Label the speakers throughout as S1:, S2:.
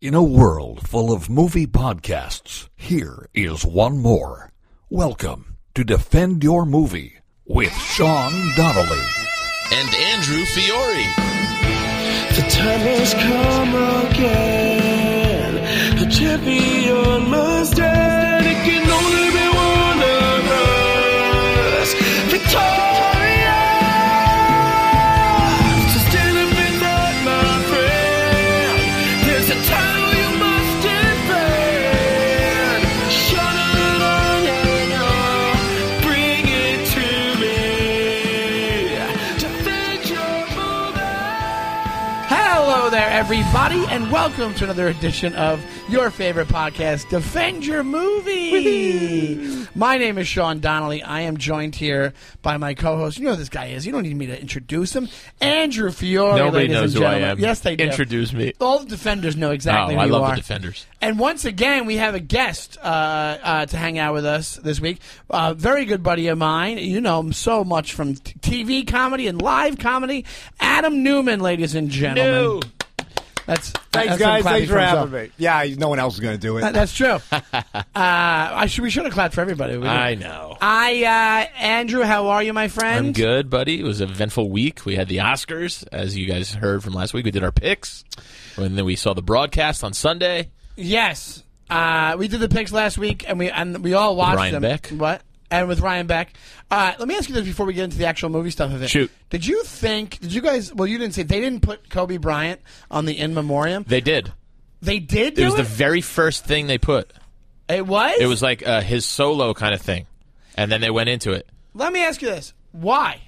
S1: In a world full of movie podcasts, here is one more. Welcome to Defend Your Movie with Sean Donnelly.
S2: and Andrew Fiore.
S3: The time has come again. A champion must stand. It can only be one of us. Victoria! So stand up in that, my friend. There's a title you must defend. Shut it on and on. Bring it to me. Defend your movie.
S4: Hello there, everybody, and welcome to another edition of your favorite podcast, Defend Your Movie. My name is Sean Donnelly. I am joined here by my co-host. You know who this guy is. You don't need me to introduce him. Andrew Fiore.
S5: Nobody
S4: ladies
S5: knows
S4: and
S5: who I
S4: gentlemen.
S5: am.
S4: Yes, they do.
S5: Introduce me.
S4: All the defenders know exactly
S5: Oh,
S4: who
S5: I
S4: you
S5: love the
S4: are.
S5: defenders.
S4: And once again, we have a guest uh, uh, to hang out with us this week. A very good buddy of mine. You know him so much from t- TV comedy and live comedy. Adam Newman, ladies and gentlemen. That's
S6: Thanks,
S4: that's him
S6: guys.
S4: clapping
S6: Thanks for
S4: himself.
S6: having me. Yeah, no one else is going to do
S4: That-
S6: it.
S4: That's true. uh, I should we should have clapped for everybody. We
S5: I
S4: didn't.
S5: know.
S4: I uh, Andrew, how are you, my friend?
S5: I'm good, buddy. It was an eventful week. We had the Oscars, as you guys heard from last week. We did our picks, and then we saw the broadcast on Sunday.
S4: Yes, uh, we did the picks last week, and we and we all watched
S5: Ryan
S4: them.
S5: Beck.
S4: What? And with Ryan Beck. Uh, let me ask you this before we get into the actual movie stuff of it.
S5: Shoot.
S4: Did you think? Did you guys? Well, you didn't say they didn't put Kobe Bryant on the in memoriam.
S5: They did.
S4: They did.
S5: It
S4: do
S5: was the very first thing they put.
S4: it was.
S5: It was like uh, his solo kind of thing, and then they went into it.
S4: Let me ask you this: Why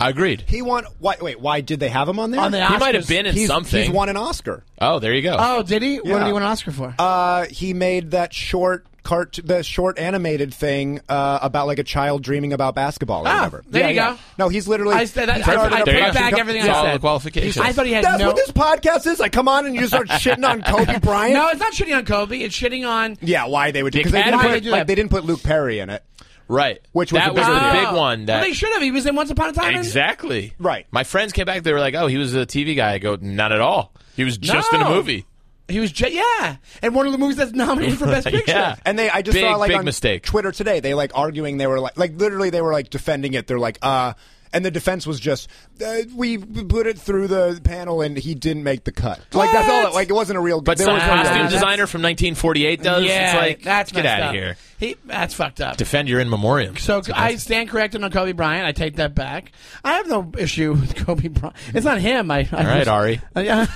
S5: I agreed.
S6: He won. Why, wait, why did they have him on there?
S4: on the
S5: He might have
S4: Oscars-
S5: been in
S6: he's,
S5: something.
S6: He's won an Oscar.
S5: Oh, there you go.
S4: Oh, did he? What did
S6: Yeah.
S4: he win an Oscar for?
S6: Uh, he made that short cart, the short animated thing uh, about like a child dreaming about basketball or
S4: Oh,
S6: whatever.
S4: there
S6: Yeah,
S4: you
S6: yeah.
S4: go.
S6: No, he's literally.
S4: I said that-
S6: he
S4: I-
S6: started
S4: I
S6: a
S4: take
S6: production
S4: back
S6: co-
S4: everything I
S5: It's all
S4: said.
S5: the qualifications.
S4: I thought he had
S6: That's
S4: no.
S6: what this podcast is. I come on and you start shitting on Kobe Bryant.
S4: no, it's not shitting on Kobe. It's shitting on.
S6: Yeah, why they would do
S5: The
S6: because they, didn't
S5: Academy-
S4: Why they
S6: put
S4: do
S6: like
S4: that.
S6: they didn't put Luke Perry in it.
S5: right.
S6: Which was
S5: that
S6: a
S5: was
S6: big
S5: a
S6: deal.
S5: big one. That
S4: uh, Well, they should have. He was in Once Upon a Time. in-
S5: exactly.
S6: Right.
S5: My friends came back. They were like, "Oh, he was a TV guy." I go, "Not at all. He was just in a
S4: No.
S5: movie."
S4: He was. J- yeah, and one of the movies that's nominated for Best Picture.
S5: yeah.
S6: And they, I just
S5: Big,
S6: saw like
S5: big
S6: on
S5: mistake.
S6: Twitter today, they like arguing. They were like, like literally, they were like defending it. They're like, uh, and the defense was just, uh, we put it through the panel and he didn't make the cut. Like that's all. it- Like it wasn't a real.
S5: But
S6: there
S5: some
S6: was no real-
S5: costume
S4: that's-
S5: designer from 1948 does.
S4: Yeah,
S5: it's like,
S4: that's
S5: get
S4: messed
S5: out of
S4: up.
S5: here.
S4: He, that's fucked up.
S5: Defend your in memoriam.
S4: so I stand corrected on Kobe Bryant. I take that back. I have no issue with Kobe Bryant. It's not him. I, I
S5: All right,
S4: just-
S5: Ari.
S4: Yeah.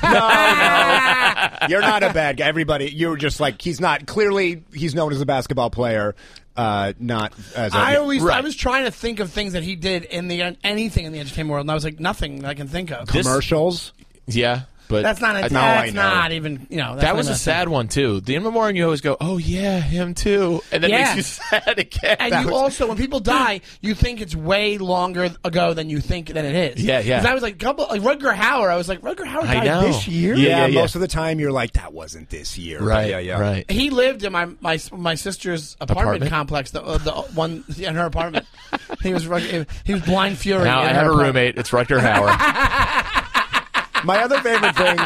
S6: You're not a bad guy. Everybody, you were just like he's not. Clearly, he's known as a basketball player, uh, not as. a
S4: I always I
S5: Right.
S4: was trying to think of things that he did in the anything in the entertainment world, and I was like, nothing that I can think of.
S5: This-
S6: commercials.
S5: Yeah, but
S4: That's not.
S5: I-
S4: A,
S6: know, I
S4: that's
S6: know.
S4: not even. You know. that's
S5: that
S4: not
S5: was
S4: even
S5: a sad one too. The in memoriam, you always go, "Oh yeah, him too," and then
S4: Yeah.
S5: makes you sad again.
S4: And you also, when people die, you think it's way longer ago than you think that it is.
S5: Yeah, yeah.
S4: 'Cause I was like, couple, like Rutger Hauer. I was like, Rutger Hauer
S5: I
S4: died
S5: know.
S4: this year.
S5: Yeah,
S6: Yeah,
S5: yeah.
S6: most of the time you're like that wasn't this year. But
S5: right,
S6: Yeah. Yeah.
S5: right.
S4: He lived in my my, my sister's apartment,
S5: Apartment?
S4: complex, the, uh, the one in her apartment. he was Rutger- he was blind fury.
S5: Now I
S4: in her
S5: have a
S4: apartment.
S5: roommate. It's Rutger Hauer.
S6: My other favorite thing,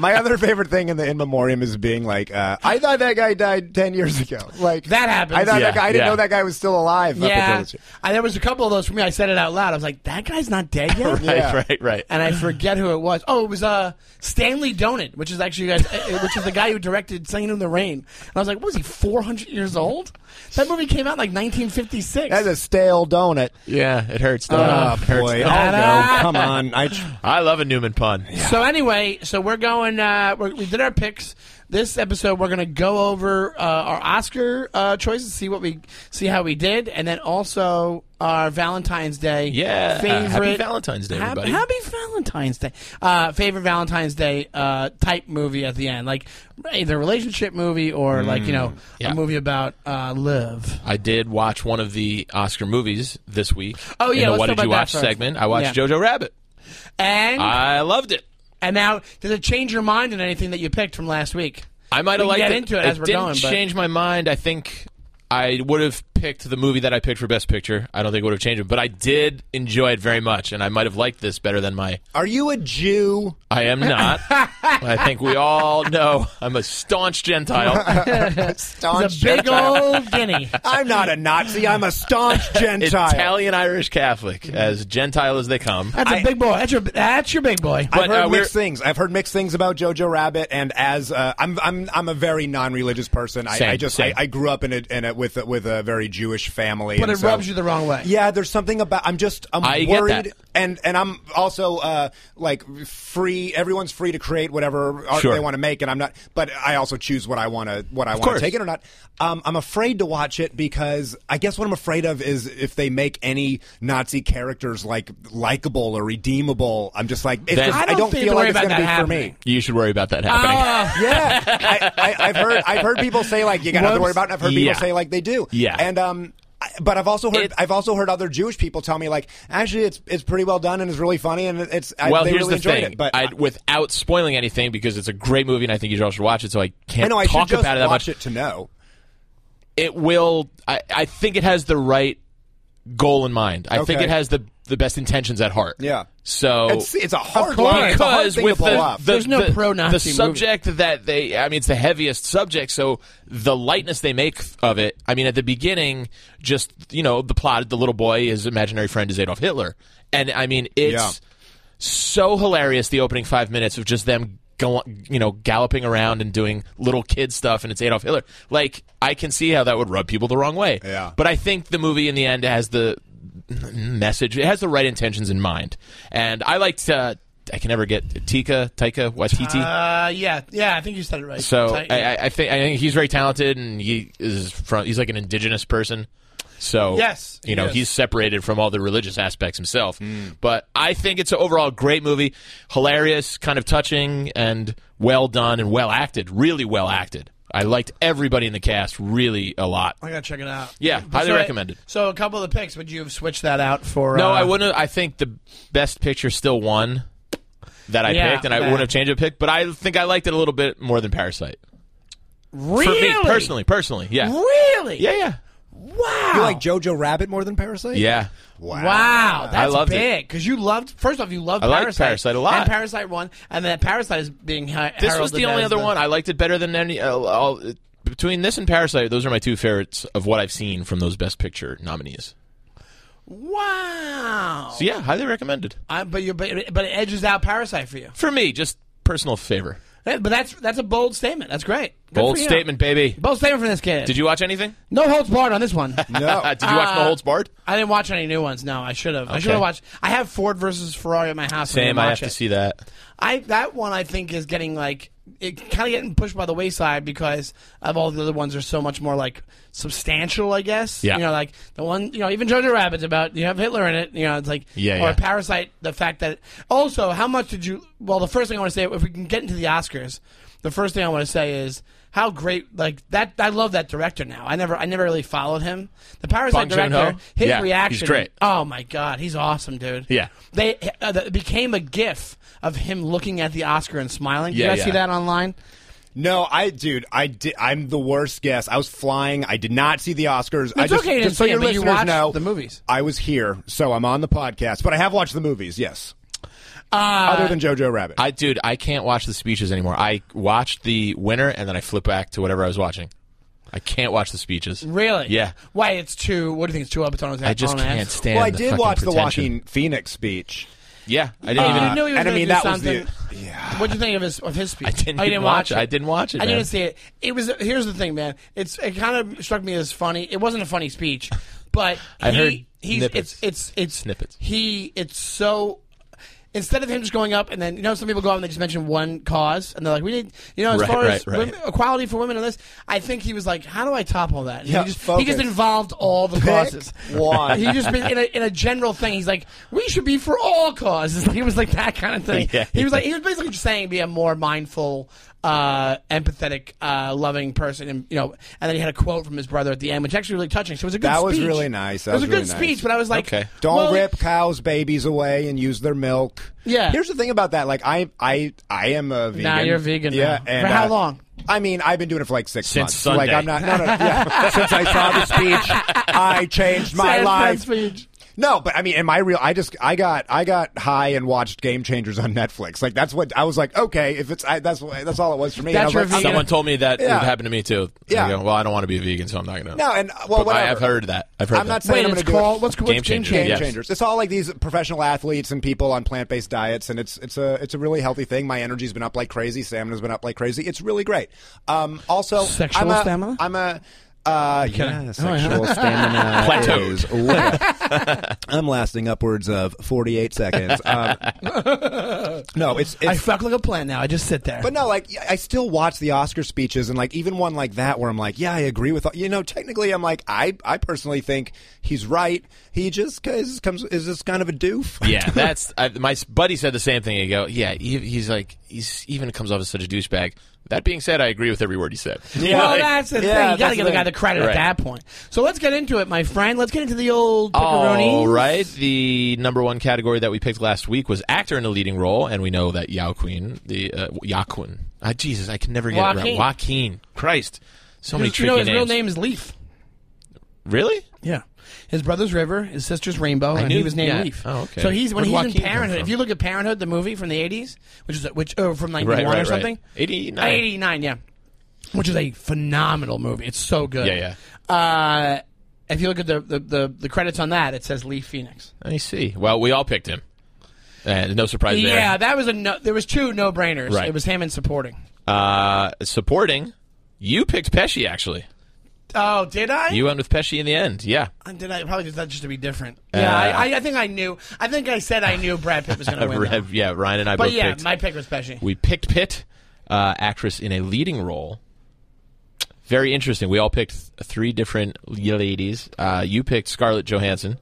S6: my other favorite thing in the in memoriam is being like, uh, I thought that guy died ten years ago. Like
S4: That happens.
S6: I thought
S5: Yeah,
S6: that guy, I didn't
S5: yeah.
S6: know that guy was still alive. up until
S4: Yeah,
S6: this year.
S4: I, there was a couple of those for me. I said it out loud. I was like, that guy's not dead yet.
S6: Yeah.
S5: right, right, right.
S4: And I forget who it was. Oh, it was uh, Stanley Donen, which is actually you guys, uh, which is the guy who directed *Singing in the Rain*. And I was like, "What was he? 400 years old? That movie came out in like 1956."
S6: That's a stale donut.
S5: yeah, it hurts. though.
S6: Oh,
S5: It Uh, hurts,
S6: boy!
S5: though.
S6: Oh no! Come on! I
S5: I love a Newman pun.
S4: So anyway, so we're going. Uh, we're, we did our picks. This episode, we're going to go over uh, our Oscar uh, choices, see what we see how we did, and then also our Valentine's Day.
S5: Yeah.
S4: favorite
S5: Happy Valentine's Day,
S4: Hap-
S5: everybody.
S4: Happy Valentine's Day. Uh, favorite Valentine's Day uh, type movie at the end, like either a relationship movie or like you know
S5: Mm, yeah.
S4: a movie about uh, love.
S5: I did watch one of the Oscar movies this week.
S4: Oh,
S5: in
S4: yeah,
S5: the
S4: let's
S5: What
S4: talk
S5: Did You
S4: about that
S5: Watch
S4: first.
S5: segment. I watched
S4: Yeah.
S5: Jojo Rabbit.
S4: And
S5: I loved it.
S4: and now, did it change your mind on anything that you picked from last week?
S5: I might
S4: We
S5: have liked
S4: can get
S5: it.
S4: into it as we're
S5: didn't
S4: going, but-
S5: change my mind. I think I would have picked the movie that I picked for Best Picture, I don't think it would have changed it. But I did enjoy it very much, and I might have liked this better than my.
S6: Are you a Jew?
S5: I am not. I think we all know I'm a staunch Gentile.
S6: Staunch.
S4: It's a big old guinea.
S6: I'm not a Nazi. I'm a staunch Gentile.
S5: Italian Irish Catholic, as Gentile as they come.
S4: That's a
S6: I-
S4: big boy. That's your that's your big boy.
S5: But,
S6: I've heard
S5: uh, we're-
S6: mixed things. I've heard mixed things about Jojo Rabbit, and as uh, I'm, I'm, I'm a very non-religious person. I,
S5: Same,
S6: I just,
S5: same.
S6: I, I grew up in a, in a with a, with a very Jewish family.
S4: But
S6: and
S4: it
S6: so-
S4: rubs you the wrong way.
S6: Yeah, there's something about. I'm just, I'm
S5: I get
S6: worried,
S5: that.
S6: and and I'm also uh, like free. Everyone's free to create whatever art
S5: Sure.
S6: they want to make, and I'm not. But I also choose what I want to, what I want
S5: course.
S6: to take it or not. Um, I'm afraid to watch it because I guess what I'm afraid of is if they make any Nazi characters like likable or redeemable. I'm just like, it's
S5: Then-
S6: just,
S5: I
S6: I
S4: don't
S6: don't,
S4: think
S6: feel
S4: to worry
S6: like it's
S4: about
S6: going
S4: that
S6: to be for
S4: happening.
S6: me.
S5: You should worry about that happening.
S4: Ah.
S6: Yeah, I, I, I've heard I've heard people say like you got nothing to worry
S4: Whoops.
S6: about. And I've heard
S5: Yeah.
S6: people say like they do.
S5: Yeah.
S6: and um, I, but I've also heard
S5: It-
S6: I've also heard other Jewish people tell me like actually it's it's pretty well done and it's really funny and it's I,
S5: well,
S6: they
S5: here's
S6: really
S5: the
S6: enjoyed
S5: thing.
S6: it. But
S5: I, without spoiling anything, because it's a great movie, and I think you all should watch it. So I
S6: I
S5: can't
S6: know I should
S5: talk
S6: just
S5: about it that
S6: watch
S5: much.
S6: it to know.
S5: it will I, I think it has the right goal in mind. I think
S6: Okay.
S5: it has the the best intentions at heart.
S6: Yeah.
S5: So
S6: It's it's a hard
S4: course.
S6: line. It's a hard
S5: because
S6: thing
S5: with
S6: to
S5: the,
S6: blow up.
S5: the-
S4: There's no
S5: the-
S4: pro-Nazi
S5: the subject that they I mean it's the heaviest subject so the lightness they make of it I mean at the beginning just you know the plot the little boy his imaginary friend is Adolf Hitler and I mean it's
S6: Yeah.
S5: so hilarious the opening 5 minutes of just them going you know galloping around and doing little kid stuff and it's Adolf Hitler like I can see how that would rub people the wrong way
S6: Yeah.
S5: but I think the movie in the end has the message. It has the right intentions in mind, and I liked. Uh, I can never get Tika Taika Waititi.
S4: Uh, yeah, yeah. I think you said it right.
S5: so
S4: Tight-
S5: I, I, I think I think he's very talented, and he is from. He's like an indigenous person. So
S4: Yes, Hmm.
S5: you know
S4: yes.
S5: he's separated from all the religious aspects himself. But I think it's an overall great movie, hilarious, kind of touching, and well done and well acted. Really well acted. I liked everybody in the cast really a lot.
S4: I gotta check it out.
S5: Yeah, highly
S4: so,
S5: recommended.
S4: So a couple of the picks, would you have switched that out for?
S5: No,
S4: uh,
S5: I wouldn't. have- I think the best picture still won that I
S4: Yeah,
S5: picked, and I
S4: yeah.
S5: wouldn't have changed a pick. But I think I liked it a little bit more than Parasite.
S4: Really?
S5: For me personally, personally, yeah,
S4: Really?
S5: yeah, yeah,
S4: Wow.
S6: you like Jojo Rabbit more than Parasite?
S5: yeah.
S6: Wow.
S4: Wow, that's
S5: loved it.
S4: big because you loved. First off, you loved
S5: I liked
S4: Parasite.
S5: Parasite a lot.
S4: And Parasite one, and then Parasite is being. Hi-
S5: This was the
S4: heralded
S5: only
S4: as
S5: other one I liked it better than any. Uh, all, between this and Parasite, those are my two favorites of what I've seen from those Best Picture nominees.
S4: Wow.
S5: So yeah, highly recommended
S4: I, but you but, but it edges out Parasite for you.
S5: for me. Just personal favor.
S4: That- But that's that's a bold statement. That's great. Good
S5: Bold
S4: for you.
S5: statement, baby.
S4: Bold statement from this kid.
S5: Did you watch anything?
S4: No holds barred on this one.
S5: Uh,
S6: No.
S5: did you watch No
S4: Uh,
S5: Holds Barred?
S4: I didn't watch any new ones. No, I should have. I should
S5: Okay.
S4: have watched. I have Ford versus Ferrari in my house. and
S5: Same.
S4: didn't
S5: I
S4: watch
S5: have to
S4: it.
S5: see that.
S4: I that one I think is getting like it kind of getting pushed by the wayside because of all the other ones are so much more like substantial, I guess.
S5: Yeah.
S4: You know, like the one you know, even Jojo Rabbit's about you have Hitler in it. You know, it's like
S5: Yeah,
S4: or
S5: yeah.
S4: Parasite. The fact that also how much did you? Well, the first thing I want to say, if we can get into the Oscars, the first thing I want to say is. How great! Like that, I love that director now. I never, I never really followed him. The Parasite
S5: Bong Joon-ho?
S4: director, his
S5: Yeah, he's
S4: reaction,
S5: great.
S4: Oh my god, he's awesome, dude.
S5: Yeah.
S4: they uh, that became a GIF of him looking at the Oscar and smiling. Did you
S5: Yeah,
S4: guys see
S5: yeah.
S4: that online?
S6: No, I dude, I did, I'm the worst guest. I was flying. I did not see the Oscars. I
S4: It's
S6: just,
S4: okay to
S6: just so
S4: see it,
S6: your
S4: but you
S6: listeners
S4: watched
S6: know,
S4: the movies.
S6: I was here, so I'm on the podcast, but I have watched the movies. Yes. Other than Jojo Rabbit.
S5: I dude, I can't watch the speeches anymore. I watched the winner and then I flip back to whatever I was watching. I can't watch the speeches.
S4: Really?
S5: Yeah.
S4: Why? It's too. What do you think? It's too up its own ass.
S5: I just
S4: own ass?
S5: can't stand.
S6: well, I
S5: the
S6: did
S5: fucking
S6: watch the Uh,
S5: pretension.
S6: Joaquin Phoenix speech.
S5: Yeah, I didn't even.
S4: you knew he was
S6: and I
S4: gonna
S6: mean,
S4: do
S6: that was the-
S4: something. What do you think of his of his speech?
S5: I didn't
S4: oh, you
S5: even
S4: didn't
S5: watch
S4: watch
S5: it. I didn't watch it,
S4: I
S5: man.
S4: didn't see it. It was. Here's the thing, man. It's it kind of struck me as funny. It wasn't a funny speech, but
S5: I
S4: he,
S5: heard
S4: he's
S5: snippets.
S4: it's it's it's
S5: Snippets.
S4: He it's so. Instead of him just going up and then you know some people go up and they just mention one cause and they're like we need you know as
S5: Right,
S4: far
S5: right,
S4: as
S5: right.
S4: women- equality for women and this I think he was like how do I top all that And
S6: Yeah,
S4: he just he
S6: focus.
S4: just involved all the causes
S6: one.
S4: he just been in a, in a general thing he's like we should be for all causes he was like that kind of thing
S5: Yeah.
S4: he was like he was basically just saying be a more mindful, uh, empathetic, uh, loving person, and you know. And then he had a quote from his brother at the end, which actually really touching. So it was a good.
S6: That was
S4: speech.
S6: really nice. That
S4: it was,
S6: was
S4: a good
S6: really nice.
S4: speech, but I was like,
S5: Okay.
S6: Don't
S4: well,
S6: rip cows' babies away and use their milk.
S4: Yeah.
S6: Here's the thing about that. Like I, I, I am a vegan.
S4: Now you're a vegan.
S6: Yeah.
S4: now.
S6: And
S4: for how
S6: uh,
S4: long?
S6: I mean, I've been doing it for like six
S5: Since
S6: months. So, Like
S5: Sunday.
S6: I'm not. No, no, yeah. Since I saw the speech, I changed my
S4: Sans
S6: life.
S4: speech.
S6: No, but I mean, in my real, I just I got I got high and watched Game Changers on Netflix. Like that's what I was like. Okay, if it's I, that's what- that's all it was for me. And I
S4: That's
S6: was like,
S4: your
S6: I'm-
S5: Someone told me that
S6: Yeah.
S5: it happened to me too. And I
S6: Yeah.
S5: go, well, I don't want to be a vegan, so I'm not going to.
S6: No, and, uh, well,
S5: but I-
S6: whatever.
S5: I've heard that. I've heard
S6: I'm
S5: that.
S6: not saying
S4: Wait,
S6: I'm
S4: it's
S6: going to do
S4: called-
S6: it.
S4: what's- what's Game Game Changer,
S6: Game
S4: yes.
S6: changers. It's all like these professional athletes and people on plant based diets, and it's it's a it's a really healthy thing. My energy's been up like crazy. Stamina's been up like crazy. It's really great. Um, also,
S4: Sexual
S6: I'm a,
S4: stamina?
S6: I'm a uh, yeah, sexual stamina
S5: Plateaued.
S6: is lit. I'm lasting upwards of 48 seconds. Um, no, it's, it's
S4: I fuck like a plant now. I just sit there.
S6: but no, like I still watch the Oscar speeches and like even one like that where I'm like, yeah, I agree with all, you know. Technically, I'm like, I I personally think he's right. He just is comes is just kind of a doof.
S5: yeah, that's I, my s- buddy said the same thing. He go, yeah, he, he's like, he's even comes off as such a douchebag. That being said, I agree with every word he said.
S6: Yeah.
S4: well,
S5: Like,
S4: that's the
S6: yeah,
S4: thing. You got to
S6: that's
S4: give
S6: the
S4: the guy
S6: thing.
S4: the credit
S5: Right.
S4: at that point. So let's get into it, my friend. Let's get into the old pepperoni.
S5: All right, the number one category that we picked last week was actor in a leading role, and we know that Yao Queen, the uh, Yaquin, ah, Jesus, I can never get it
S4: Joaquin.
S5: right. Joaquin, Christ, so many
S4: His, you
S5: tricky
S4: know, his
S5: names.
S4: real name is Leaf.
S5: Really?
S4: Yeah. His brother's River, his sister's Rainbow, and he
S5: knew-
S4: was named
S5: yeah.
S4: Leaf.
S5: Oh, okay.
S4: So he's when
S5: Where'd
S4: he's
S5: Joaquin
S4: in
S5: come
S4: Parenthood.
S5: from?
S4: If you look at Parenthood, the movie from the eighties, which is which oh, from ninety one
S5: Right, right,
S4: or
S5: right.
S4: something,
S5: 89.
S4: eighty nine, yeah, which is a phenomenal movie. It's so good.
S5: Yeah,
S4: yeah. Uh, if you look at the, the, the, the credits on that, it says Leaf Phoenix.
S5: I see. Well, we all picked him. And no surprise there.
S4: Yeah, that was a no, there was two no brainers.
S5: Right.
S4: It was him and supporting.
S5: Uh, supporting, you picked Pesci actually.
S4: Oh, did I?
S5: You went with Pesci in the end. Yeah.
S4: And Did I probably did that just to be different?
S5: Uh,
S4: yeah, I, I, I think I knew. I think I said I knew Brad Pitt was going to win. though.
S5: yeah, Ryan and I
S4: But
S5: both
S4: yeah,
S5: picked.
S4: my pick was Pesci.
S5: we picked Pitt, uh, actress in a leading role. Very interesting. We all picked th- three different y- ladies. Uh, you picked Scarlett Johansson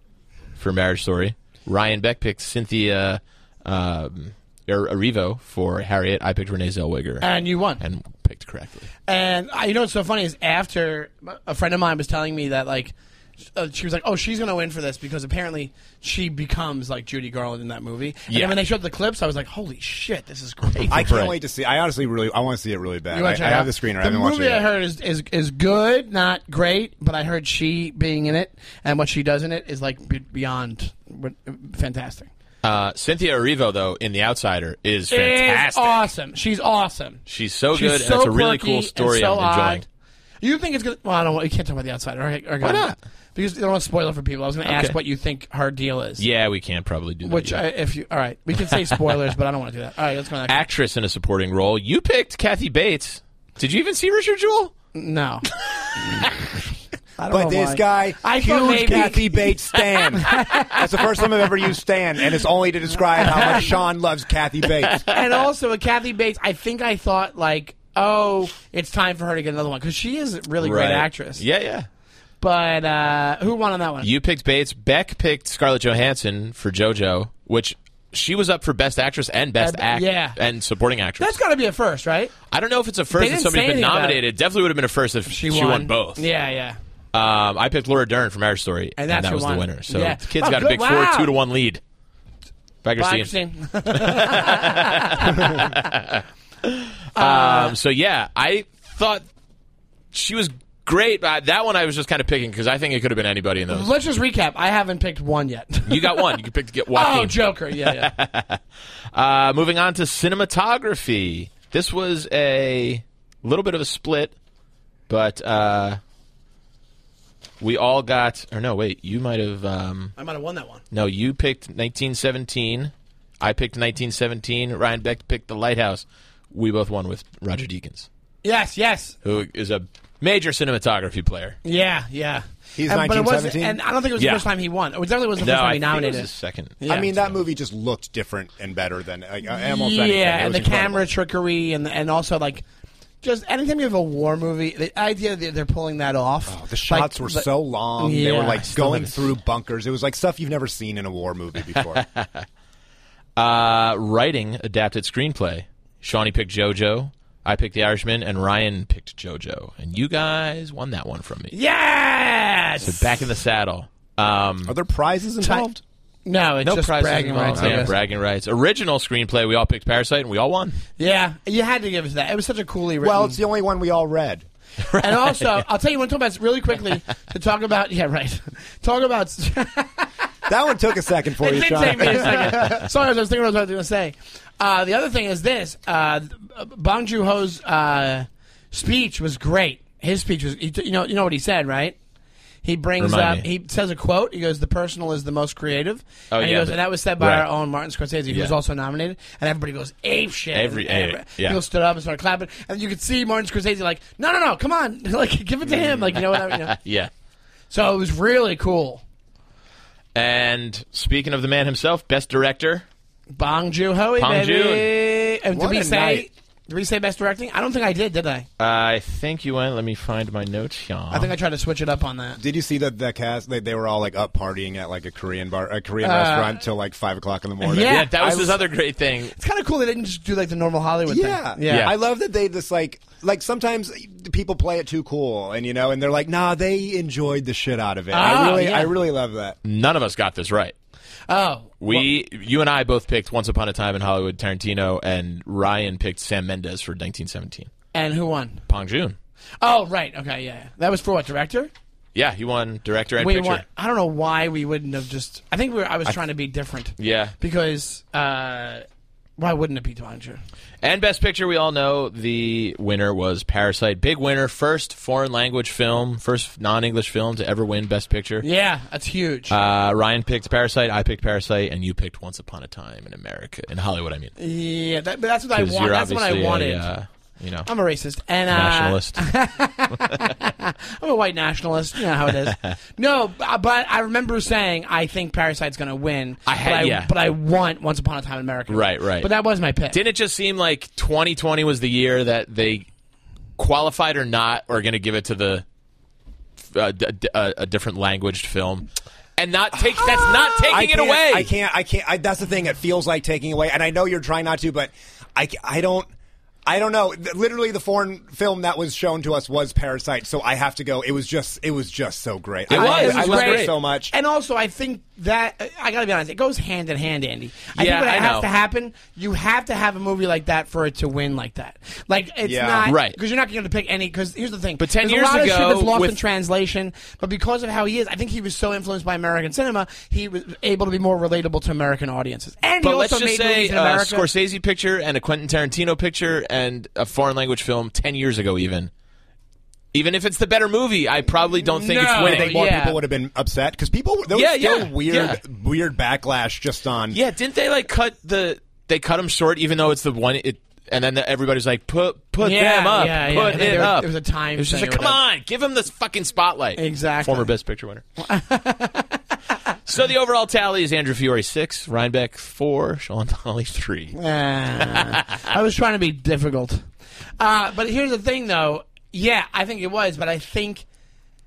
S5: for Marriage Story. Ryan Beck picked Cynthia um, Er- Erivo for Harriet. I picked Renee Zellweger
S4: and you won.
S5: and picked correctly.
S4: And I, you know what's so funny is after a friend of mine was telling me that like uh, she was like, oh, she's gonna win for this because apparently she becomes like Judy Garland in that movie. And then
S5: Yeah.
S4: when they showed the clips, I was like, holy shit, this is great.
S6: I can't
S5: Right.
S6: wait to see. I honestly really I want to see it really bad.
S4: You
S6: I,
S4: wanna
S6: I
S4: check it out?
S6: have the screener. I
S4: The
S6: haven't watched
S4: movie
S6: it.
S4: I
S6: Yet.
S4: heard is, is is good, not great, but I heard she being in it and what she does in it is like be- beyond fantastic.
S5: Uh, Cynthia Erivo, though, in The Outsider, is
S4: Is
S5: fantastic.
S4: awesome. She's awesome.
S5: She's so
S4: She's
S5: good,
S4: so
S5: and it's a really
S4: quirky
S5: cool
S4: and
S5: story.
S4: so
S5: I'm enjoying.
S4: odd. You think it's gonna? Well, I don't. want- You can't talk about the outsider. Okay, okay.
S5: Why not?
S4: Because I don't want to spoil it for people. I was going to ask
S5: Okay.
S4: what you think her deal is.
S5: Yeah, we can't probably do that.
S4: Which,
S5: yet.
S4: I, if you, all right, we can say spoilers, but I don't want to do that. All right, let's go next.
S5: actress in a supporting role. You picked Kathy Bates. Did you even see Richard Jewell?
S4: no. I don't
S6: But
S4: know
S6: this
S4: why.
S6: guy,
S4: I thought
S6: huge
S4: maybe-
S6: Kathy Bates stan. That's the first time I've ever used stan, and it's only to describe how much Sean loves Kathy Bates.
S4: and also with Kathy Bates, I think I thought like, oh, it's time for her to get another one because she is a really great actress.
S5: Yeah, yeah.
S4: But uh, who won on that one?
S5: You picked Bates. Beck picked Scarlett Johansson for JoJo, which she was up for Best Actress and Best
S4: Uh,
S5: Act
S4: yeah.
S5: and Supporting Actress.
S4: That's got to be a first, right?
S5: I don't know if it's a
S4: They
S5: first
S4: didn't
S5: if
S4: say
S5: somebody's been
S4: anything about it.
S5: nominated. It definitely would have been a first if she, won. both.
S4: Yeah, yeah.
S5: Um, I picked Laura Dern from Marriage Story, and,
S4: And that's
S5: that
S4: who
S5: was
S4: won.
S5: the winner. So
S4: Yeah.
S5: the kids
S4: Oh,
S5: got a
S4: good.
S5: big four
S4: Wow.
S5: two to one lead. Baggerstein.
S4: Interesting.
S5: Um, so yeah, I thought she was great. But that one I was just kind of picking because I think it could have been anybody in those.
S4: Let's just recap. I haven't picked one yet.
S5: You got one. You picked get
S4: oh,
S5: Joaquin.
S4: Joker. Yeah, yeah.
S5: uh, moving on to cinematography. This was a little bit of a split, but uh, we all got. Or no, wait. You might have. Um,
S4: I might have won that one.
S5: no, you picked 1917. I picked 1917. Ryan Beck picked The Lighthouse. We both won with Roger Deakins,
S4: Yes, yes.
S5: who is a major cinematography player.
S4: Yeah, yeah.
S6: He's
S4: and, but it wasn't-
S6: 1917?
S4: And I don't think it was
S5: Yeah.
S4: the first time he won. It definitely was the
S5: no,
S4: first time
S5: I
S4: he
S5: think it was
S4: nominated.
S5: his second.
S4: Yeah.
S6: I mean, that movie just looked different and better than like, uh, almost
S4: yeah,
S6: anything. It
S4: and
S6: was
S4: the
S6: incredible.
S4: camera trickery, and and also like, just anytime you have a war movie, the idea that they're pulling that off.
S6: Oh, the shots
S4: like,
S6: were
S4: the-
S6: so long. they
S4: Yeah.
S6: were
S4: I
S6: like
S4: still
S6: going
S4: haven't
S6: through bunkers. It was like stuff you've never seen in a war movie before.
S5: Uh, writing adapted screenplay. Shawnee picked JoJo. I picked The Irishman, and Ryan picked JoJo. And you guys won that one from me.
S4: Yes.
S5: So back in the saddle. Um,
S6: Are there prizes involved?
S4: No, it's
S5: No
S4: just
S5: prizes
S4: bragging
S5: involved.
S4: rights. I
S5: Yeah,
S4: guess.
S5: bragging rights. Original screenplay. We all picked Parasite, and we all won.
S4: yeah, you had to give us that. It was such a coolly written.
S6: Well, it's the only one we all read.
S4: and also, I'll tell you one talk about this really quickly to talk about. Yeah, right. Talk about.
S6: That one took a second for you,
S4: it did
S6: Sean.
S4: take me a second. Sorry, I was thinking about what I was going to say. Uh, the other thing is this: uh, Bong Joon Ho's uh, speech was great. His speech was, you, t- you know, you know what he said, right? He brings
S5: Remind
S4: up,
S5: me.
S4: he says a quote. He goes, "The personal is the most creative."
S5: Oh,
S4: and he
S5: yeah,
S4: goes,
S5: but-
S4: and that was said by
S5: right.
S4: our own Martin Scorsese, who was
S5: Yeah.
S4: also nominated. And everybody goes ape shit.
S5: Every-
S4: and,
S5: eh, yeah.
S4: people stood up and started clapping, and you could see Martin Scorsese like, "No, no, no, come on, like give it to him." Like you know what I mean? You know?
S5: Yeah.
S4: So it was really cool.
S5: And speaking of the man himself, best director.
S4: Bong Joon Ho,
S5: Bong
S4: baby.
S5: Joon.
S4: And did
S6: What
S4: we
S6: a
S4: say?
S6: night.
S4: Did we say best directing? I don't think I did. Did I?
S5: I think you went. Let me find my notes here.
S4: I think I tried to switch it up on that.
S6: Did you see that the cast they, they were all like up partying at like a Korean bar, a Korean
S4: Uh,
S6: restaurant till like five o'clock in the morning?
S4: Yeah.
S5: yeah, that was
S6: I
S5: his other great thing.
S4: It's kind of cool they didn't just do like the normal Hollywood
S6: Yeah.
S4: thing. Yeah,
S5: Yeah.
S6: I love that they just like like sometimes people play it too cool and you know and they're like, "Nah, they enjoyed the shit out of it."
S4: Ah,
S6: I really
S4: yeah.
S6: I really love that.
S5: None of us got this right.
S4: Oh,
S5: We, you and I both picked Once Upon a Time in Hollywood, Tarantino, and Ryan picked Sam Mendes for 1917.
S4: and who won?
S5: Pong Jun.
S4: Oh, right. Okay, yeah. yeah. That was for what director?
S5: Yeah, he won director and
S4: we
S5: picture.
S4: won. I don't know why we wouldn't have just. I think we were, I was trying to be different.
S5: Yeah.
S4: Because uh, why wouldn't it be Bong Joon?
S5: And best picture, we all know the winner was Parasite. Big winner, first foreign language film, first non English film to ever win best picture.
S4: Yeah, that's huge.
S5: Uh, Ryan picked Parasite, I picked Parasite, and you picked Once Upon a Time in America, in Hollywood, I mean.
S4: yeah, that, but that's what I
S5: 'Cause
S4: want.
S5: you're
S4: That's what I
S5: obviously a,
S4: wanted.
S5: uh, you know,
S4: I'm a racist and uh,
S5: nationalist.
S4: I'm a white nationalist. You know how it is. no, b- but I remember saying I think Parasite's going to win.
S5: I had-
S4: but I,
S5: yeah.
S4: but I want Once Upon a Time in America.
S5: Right, right.
S4: But that was my pick.
S5: Didn't it just seem like 2020 was the year that they qualified or not are going to give it to the uh, d- d- uh, a different languaged film, and not take that's not
S6: I
S5: taking it
S6: can't-
S5: away.
S6: I can't. I can't. I, that's the thing. It feels like taking away, and I know you're trying not to, but I, ca- I don't. I don't know. Th- Literally, the foreign film that was shown to us was Parasite, so I have to go. It was just. It was just so great. I,
S5: was,
S6: loved
S5: it
S6: it. I
S5: was
S6: loved
S5: great.
S6: it so much.
S4: And also, I think that uh, I gotta be honest, it goes hand in hand, Andy. I
S5: Yeah,
S4: think what
S5: I
S4: has
S5: know.
S4: to happen, you have to have a movie like that for it to win like that. Like it's
S6: Yeah.
S4: not
S5: Right.
S4: because you're not going to pick any. Because here's the thing,
S5: But 10
S4: There's
S5: years
S4: a lot of shit
S5: ago
S4: that's lost
S5: with-
S4: in translation. But because of how he is, I think he was so influenced by American cinema, he was able to be more relatable to American audiences. And he
S5: but let's
S4: also
S5: just
S4: made
S5: say uh,
S4: movies in
S5: a
S4: America.
S5: Scorsese picture and a Quentin Tarantino picture and a foreign language film ten years ago, even. Even if it's the better movie, I probably don't think it's
S4: No.
S6: I
S5: winning.
S6: think more
S4: yeah.
S6: people would have been upset because people there was
S5: Yeah,
S6: still
S5: yeah,
S6: weird,
S5: yeah.
S6: weird backlash just on.
S5: Yeah, didn't they like cut the they cut him short even though it's the one it and then everybody's like put put
S4: Yeah,
S5: them up,
S4: yeah, yeah. I
S5: put
S4: think
S5: it
S4: they were-
S5: up.
S4: it was a time
S5: It was just
S4: thing
S5: like,
S4: or
S5: come on, give him this fucking spotlight.
S4: Exactly.
S5: Former Best Picture winner. so the overall tally is Andrew Fiore six, Reinbeck four, Sean Donnelly three.
S4: Ah, I was trying to be difficult. Uh, but here's the thing, though. Yeah, I think it was, but I think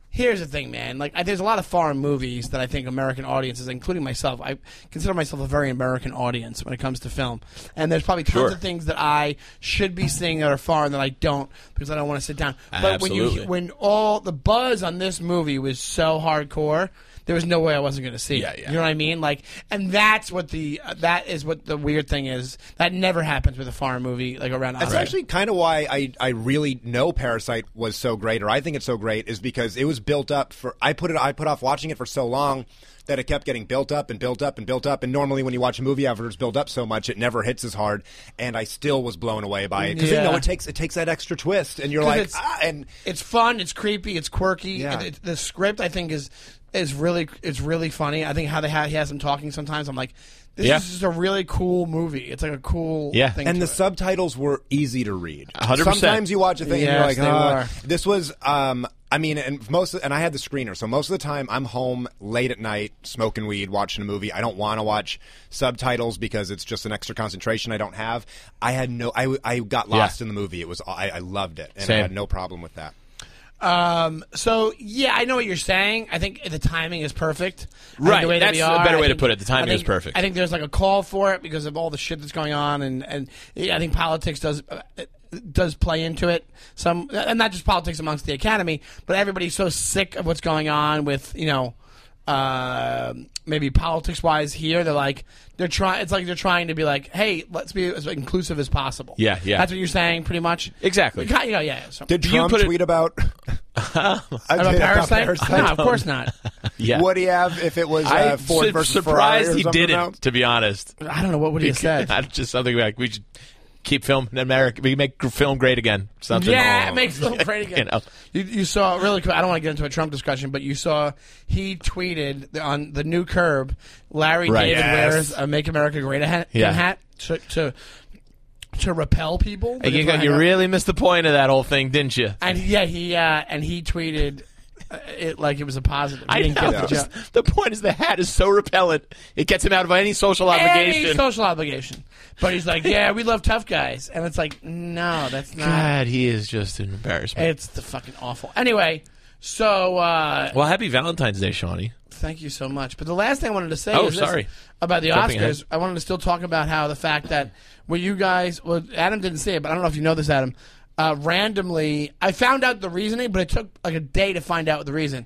S4: here's the thing, man. Like, I, there's a lot of foreign movies that I think American audiences, including myself, I consider myself a very American audience when it comes to film. And there's probably tons
S5: Sure.
S4: of things that I should be seeing that are foreign that I don't because I don't want to sit down. But when
S5: Absolutely.
S4: you when all the buzz on this movie was so hardcore. There was no way I wasn't going to see. it.
S5: Yeah, yeah.
S4: You know what I mean? Like, and that's what the uh, that is what the weird thing is. That never happens with a foreign movie like around.
S6: That's
S4: Oscars.
S6: actually kind of why I, I really know Parasite was so great, or I think it's so great, is because it was built up for. I put it I put off watching it for so long that it kept getting built up and built up and built up. And normally, when you watch a movie after it's built up so much, it never hits as hard. And I still was blown away by it because
S4: Yeah.
S6: you know it takes it takes that extra twist, and you're
S4: 'Cause
S6: like,
S4: it's-
S6: ah, and
S4: it's fun. It's creepy. It's quirky.
S6: Yeah.
S4: It, it- the script, I think, is is really it's really funny. I think how they ha- he has him talking sometimes. I'm like, this
S5: Yeah.
S4: is just a really cool movie. It's like a cool
S5: Yeah.
S4: thing.
S6: and
S4: to
S6: the
S4: it.
S6: subtitles were easy to read.
S5: 100%.
S6: Sometimes you watch a thing
S4: Yes,
S6: and
S4: they
S6: you're like,
S4: were.
S6: "Ah." this was. Um, I mean, and most, and I had the screener, so most of the time I'm home late at night, smoking weed, watching a movie. I don't want to watch subtitles because it's just an extra concentration I don't have. I had no, I, w- I got lost in the movie. It was, I, I loved it, and
S5: Same.
S6: I had no problem with that.
S4: Um, so yeah, I know what you're saying. I think the timing is perfect. I think
S5: Right,
S4: the way that
S5: that's
S4: we
S5: a
S4: are,
S5: better
S4: I
S5: way to
S4: think-
S5: put it. The timing
S4: I think-
S5: is perfect.
S4: I think there's like a call for it because of all the shit that's going on, and and yeah, I think politics does uh, does play into it. Some, and not just politics amongst the academy, but everybody's so sick of what's going on with you know. uh, maybe politics wise here. They're like they're trying. It's like they're trying to be like, hey, let's be as inclusive as possible.
S5: Yeah, yeah.
S4: That's what you're saying, pretty much.
S5: Exactly.
S4: Ki- You know, yeah. so-
S6: Did
S5: Do you
S6: Trump
S5: put it-
S6: tweet about, I
S4: about
S6: did,
S4: Parasite? No, of course not.
S5: Yeah.
S6: Would he have if it was
S5: I'm
S6: uh, Ford
S5: su-
S6: versus Ferrari?
S5: surprised
S6: or
S5: he
S6: something
S5: didn't,
S6: else?
S5: to be honest.
S4: I don't know what would he have said.
S5: I'm just something like we should keep film in America. We make gr- film great again. Something.
S4: Yeah, it makes them great again.
S5: You know.
S4: you, you saw really. quick- I don't want to get into a Trump discussion, but you saw he tweeted on the new curb. Larry
S5: Right.
S4: David
S5: Yes.
S4: wears a "Make America Great" hat,
S5: Yeah.
S4: hat to, to to repel people. uh,
S5: And you, got- you really missed the point of that whole thing, didn't you?
S4: and yeah, he uh, and he tweeted uh, it like it was a positive. He didn't
S5: know.
S4: get the
S5: Just-
S4: joke.
S5: The point is, the hat is so repellent; it gets him out of any social obligation.
S4: Any social obligation, but he's like, "Yeah, we love tough guys," and it's like, no, that's not.
S5: God, he is just an embarrassment.
S4: It's the fucking awful. Anyway, so uh,
S5: well, happy Valentine's Day, Shawnee.
S4: Thank you so much. But the last thing I wanted to say
S5: Oh,
S4: is this
S5: sorry.
S4: about the
S5: Jumping
S4: Oscars. I wanted to still talk about how the fact that well, you guys, well, Adam didn't say it, but I don't know if you know this, Adam. Uh, randomly, I found out the reasoning, but it took like a day to find out the reason.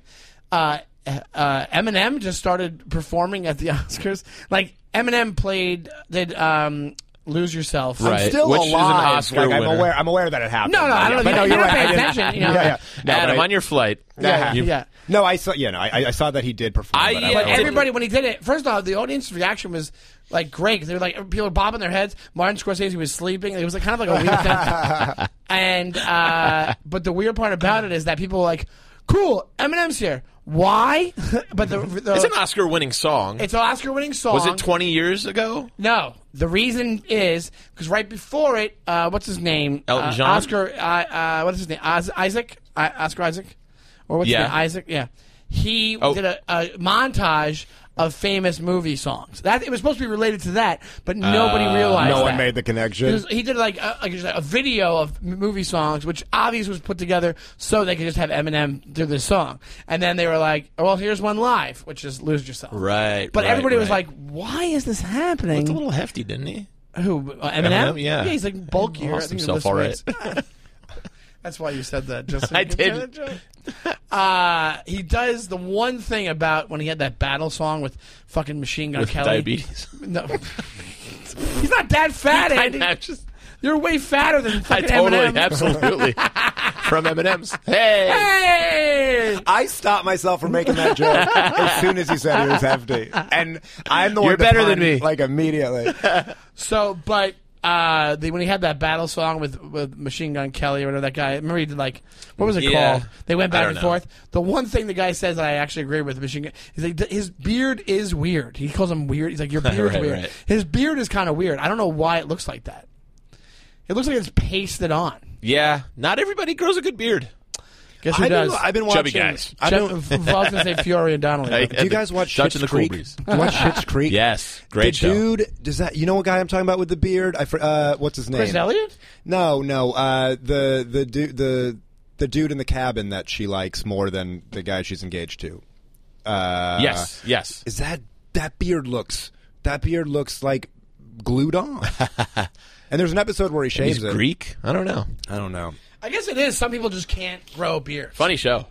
S4: Uh, uh, Eminem just started performing at the Oscars. Like Eminem played did um, "Lose Yourself."
S5: Right.
S6: Still
S5: Which is an
S6: alive.
S5: Oscar
S6: like, I'm
S5: winner.
S6: aware. I'm aware that it happened.
S4: No, no, I don't know.
S6: But
S4: You- you
S6: you're
S4: don't
S6: right,
S4: pay
S6: I didn't-
S4: attention, you know.
S6: Yeah, yeah. No,
S5: Adam,
S6: but I-
S5: on your flight.
S6: Yeah.
S5: you-
S4: yeah.
S6: No, I saw. Yeah, no, I, I saw that he did perform.
S5: I-
S6: but
S5: yeah,
S6: don't know.
S4: Everybody, when he did it, first off, the audience reaction was like great. 'cause They were like, people were bobbing their heads. Martin Scorsese was sleeping. It was like, kind of like a weird thing. and uh, but the weird part about it is that people were like, "Cool, Eminem's here. Why?" but the, the
S5: It's an Oscar-winning song.
S4: it's an Oscar-winning song.
S5: was it 20 years ago?
S4: No, the reason is because right before it, uh, what's his name?
S5: Elton
S4: Uh,
S5: John?
S4: Oscar. Uh, uh, what is his name? Oz, Isaac. I, Oscar Isaac, or what's
S5: Yeah.
S4: his name? Isaac. Yeah, he
S5: Oh.
S4: did a, a montage of famous movie songs. That it was supposed to be related to that, but
S5: Uh,
S4: nobody realized.
S6: no one
S4: that.
S6: made the connection.
S4: He was- He did like a, like just a video of m- movie songs, which obviously was put together so they could just have Eminem do this song, and then they were like, "Well, here's one live," which is "Lose Yourself."
S5: Right,
S4: But
S5: right,
S4: everybody was
S5: right.
S4: like, "Why is this happening?"
S5: It's a little hefty, didn't he?
S4: Who? Uh, Eminem?
S5: Eminem, yeah.
S4: he's like bulkier.
S5: Lost
S4: I think he
S5: himself
S4: lifts weights. That's why you said that. Just so
S5: I
S4: you could
S5: didn't.
S4: get that joke. Uh, he does the one thing about when he had that battle song with fucking Machine Gun
S5: With
S4: Kelly.
S5: diabetes.
S4: No. he's not that fat, Andy.
S5: I just-
S4: You're way fatter than
S5: I
S4: fucking
S5: totally,
S4: Eminem.
S5: absolutely. From M&M's. Hey!
S4: Hey!
S6: I stopped myself from making that joke as soon as he said it was hefty, and I'm the one.
S5: You're
S6: to
S5: better than
S6: pun,
S5: me.
S6: Like immediately.
S4: So, but uh, the, when he had that battle song with, with Machine Gun Kelly or whatever that guy, remember he did like what was it
S5: Yeah.
S4: called? They went
S5: I
S4: back
S5: don't
S4: and
S5: know.
S4: forth. The one thing the guy says that I actually agree with Machine Gun, he's like "Th- his beard is weird. He calls him weird. He's like your beard's
S5: Right,
S4: weird.
S5: right.
S4: His beard is kind of weird. I don't know why it looks like that. It looks like it's pasted on.
S5: Yeah, not everybody grows a good beard.
S4: Guess who
S6: I
S4: does?
S6: don't know. I've been watching.
S5: Chubby guys.
S6: I've
S4: Jeff,
S6: been-
S4: I was gonna say Fury and Donnelly. but-
S6: do you guys watch
S5: Dutch and
S6: Schitt's
S5: the Cool
S6: Creek?
S5: Breeze.
S6: Do you watch Schitt's Creek?
S5: Yes, great
S6: the
S5: show.
S6: dude. Does that you know what guy I'm talking about with the beard? I fr- uh, what's his name?
S4: Chris Elliott?
S6: No, no. Uh, the the dude the the dude in the cabin that she likes more than the guy she's engaged to. Uh,
S5: Yes, yes.
S6: Is that that beard looks that beard looks like glued on. and there's an episode where he shaves
S5: He's
S6: it.
S5: Greek? I don't know.
S6: I don't know.
S4: I guess it is. Some people just can't grow beards.
S5: Funny show.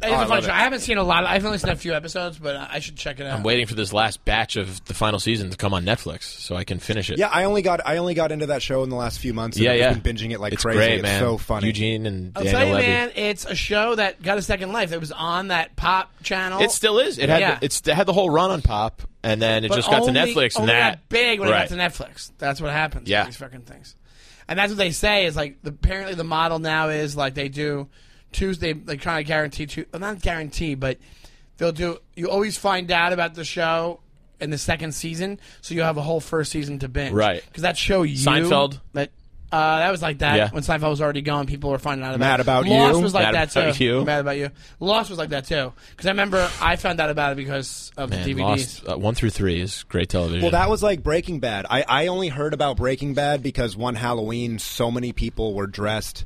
S4: That is
S6: Oh,
S4: a
S6: I
S4: funny
S6: love
S4: show.
S6: it.
S4: I haven't seen a lot. Of, I've only seen a few episodes, but I I should check it out.
S5: I'm waiting for this last batch of the final season to come on Netflix so I can finish it.
S6: Yeah, I only got I only got into that show in the last few months. and
S5: yeah,
S6: I've
S5: yeah.
S6: been binging it like
S5: it's
S6: crazy.
S5: Great,
S6: it's
S5: man.
S6: so funny.
S5: Eugene and
S4: I'll
S5: Daniel
S4: tell you,
S5: Levy.
S4: man, it's a show that got a second life. It was on that pop channel.
S5: It still is. It had
S4: Yeah.
S5: it's it had the whole run on Pop, and then it
S4: But
S5: just got
S4: only-
S5: to Netflix, and
S4: only
S5: that
S4: got big when
S5: right.
S4: it got to Netflix. That's what happens. with
S5: Yeah.
S4: these fucking things, and that's what they say is like. the- apparently, the model now is like they do Tuesday. They kind of guarantee two, well, not guarantee, but they'll do. You always find out about the show in the second season, so you have a whole first season to binge.
S5: Right.
S4: because that show you
S5: Seinfeld?
S4: that. Uh, that was like that
S5: Yeah.
S4: when Seinfeld was already gone. People were finding out about
S6: Mad
S4: it.
S6: About
S4: Lost
S6: You?
S4: was like
S5: Mad
S4: that
S5: About
S4: too.
S5: You.
S4: Mad about you. Lost was like that too. Because I remember I found out about it because of
S5: Man,
S4: the DVDs.
S5: Lost, uh, one through three is great television.
S6: Well, that was like Breaking Bad. I, I only heard about Breaking Bad because one Halloween, so many people were dressed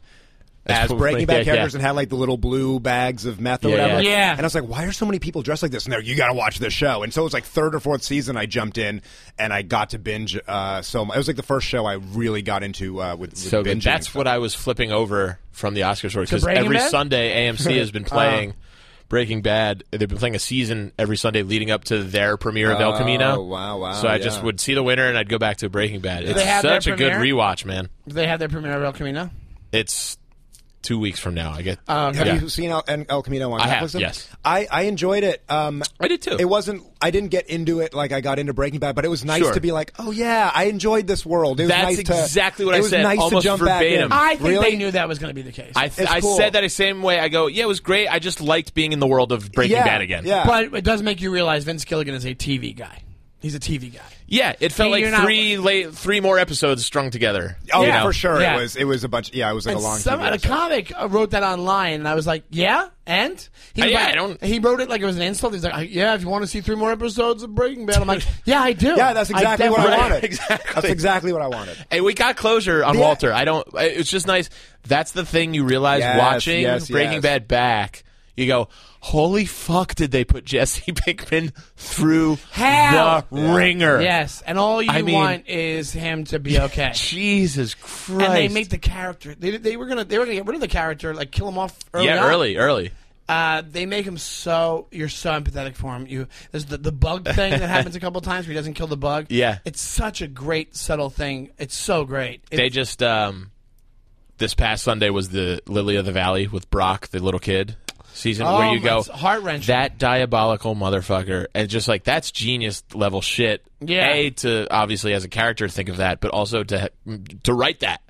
S6: as
S5: As-
S6: Breaking Bad
S5: yeah,
S6: characters
S5: yeah.
S6: and had like the little blue bags of meth or
S5: Yeah,
S6: whatever.
S4: yeah. Yeah.
S6: And I was like, why are so many people dressed like this? No, you got to watch this show. And so it was like third or fourth season I jumped in and I got to binge uh, so much. It was like the first show I really got into uh, with, with
S5: so good.
S6: binging.
S5: That's what I was flipping over from the Oscars
S4: To
S5: because
S4: Breaking
S5: every
S4: Bad?
S5: Uh-huh. Sunday AMC has been playing Breaking Bad. They've been playing a season every Sunday leading up to their premiere of El Camino.
S6: Oh, wow, wow,
S5: So I just
S6: yeah.
S5: would see the winner and I'd go back to Breaking Bad. It's
S4: they have their
S5: such a good
S4: premiere?
S5: rewatch, man.
S4: Do they have their premiere of El Camino?
S5: It's two weeks from now. I get.
S6: Have
S5: yeah.
S6: you seen El, El Camino on
S5: I
S6: Netflix?
S5: have, yes.
S6: I, I enjoyed it. Um,
S5: I did too.
S6: It wasn't. I didn't get into it like I got into Breaking Bad, but it was nice
S5: Sure.
S6: to be like, oh yeah, I enjoyed this world. It was
S5: That's
S6: nice to-
S5: exactly what
S6: it
S5: I
S6: was
S5: said,
S6: Nice
S5: almost
S6: to jump
S5: verbatim.
S6: Back in.
S4: I think
S6: really?
S4: they knew that was going to be the case.
S5: I, th-
S6: It's
S5: I
S6: cool.
S5: said that the same way. I go, yeah, it was great. I just liked being in the world of Breaking
S6: Yeah,
S5: Bad again.
S6: yeah.
S4: but it does make you realize Vince Gilligan is a TV guy. He's a TV guy.
S5: Yeah, it felt
S4: See,
S5: like
S4: you're not-
S5: three late, three more episodes strung together.
S6: Oh,
S5: you
S6: yeah,
S5: know?
S6: for sure.
S4: Yeah.
S6: It was. It was a bunch. Yeah, it was like
S4: And
S6: a long.
S4: some,
S6: TV
S4: a
S6: episode.
S4: comic uh, wrote that online, and I was like, "Yeah, and he
S5: Uh,
S4: was
S5: yeah,
S4: like-
S5: I don't-
S4: He wrote it like it was an insult. He's like, "Yeah, if you want to see three more episodes of Breaking Bad," I'm like, "Yeah, I do."
S6: Yeah, that's
S4: I
S6: exactly what I
S4: definitely-
S6: wanted.
S5: Exactly.
S6: That's exactly what I wanted.
S5: Hey, we got closure on
S6: Yeah.
S5: Walter. I don't. It's just nice. That's the thing you realize
S6: Yes,
S5: watching
S6: yes,
S5: Breaking
S6: yes.
S5: Bad back. You go, holy fuck! Did they put Jesse Pinkman through
S4: Hell.
S5: the ringer?
S4: Yes, and all you
S5: I mean-
S4: want is him to be okay.
S5: Jesus Christ!
S4: and they make the character. They, they were gonna they were gonna get rid of the character, like kill him off early.
S5: yeah
S4: on.
S5: early, early.
S4: Uh, they make him so you're so empathetic for him. You there's the, the bug thing that happens a couple times where he doesn't kill the bug.
S5: Yeah.
S4: it's such a great subtle thing. It's so great. It's,
S5: They just um, this past Sunday was the Lily of the Valley with Brock, the little kid season,
S4: Oh,
S5: where you go
S4: it's heart-wrenching.
S5: That diabolical motherfucker, and just like that's genius level shit.
S4: Yeah.
S5: A to obviously as a character think of that, but also to to write that.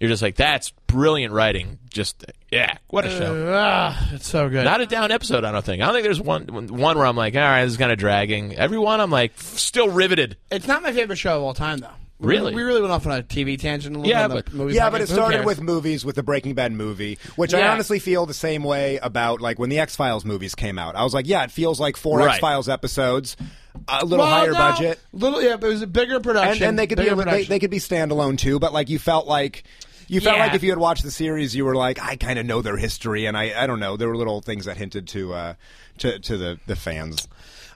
S5: You're just like that's brilliant writing. Just yeah, what a
S4: Uh,
S5: show.
S4: Ugh, it's so good.
S5: Not a down episode, I don't think. I don't think there's one one where I'm like, all right, this is kind of dragging. Every one, I'm like, still riveted.
S4: it's not my favorite show of all time though. We-
S5: Really?
S4: we really went off on a TV tangent a little
S5: Yeah,
S4: bit. on the
S5: but-
S4: movie
S6: Yeah,
S4: podcast,
S6: but it
S4: who
S6: started
S4: cares?
S6: with movies with the Breaking Bad movie, which I
S4: Yeah.
S6: honestly feel the same way about like when the X Files movies came out. I was like, yeah, it feels like four
S5: Right.
S6: X Files episodes, a little
S4: well,
S6: higher
S4: no,
S6: budget,
S4: Little yeah, but it was a bigger production.
S6: and, and they could be
S4: bigger
S6: they,
S4: production.
S6: they could be standalone too. But like you felt like you felt
S4: Yeah.
S6: like if you had watched the series, you were like, I kind of know their history, and I I don't know. There were little things that hinted to uh to to the the fans.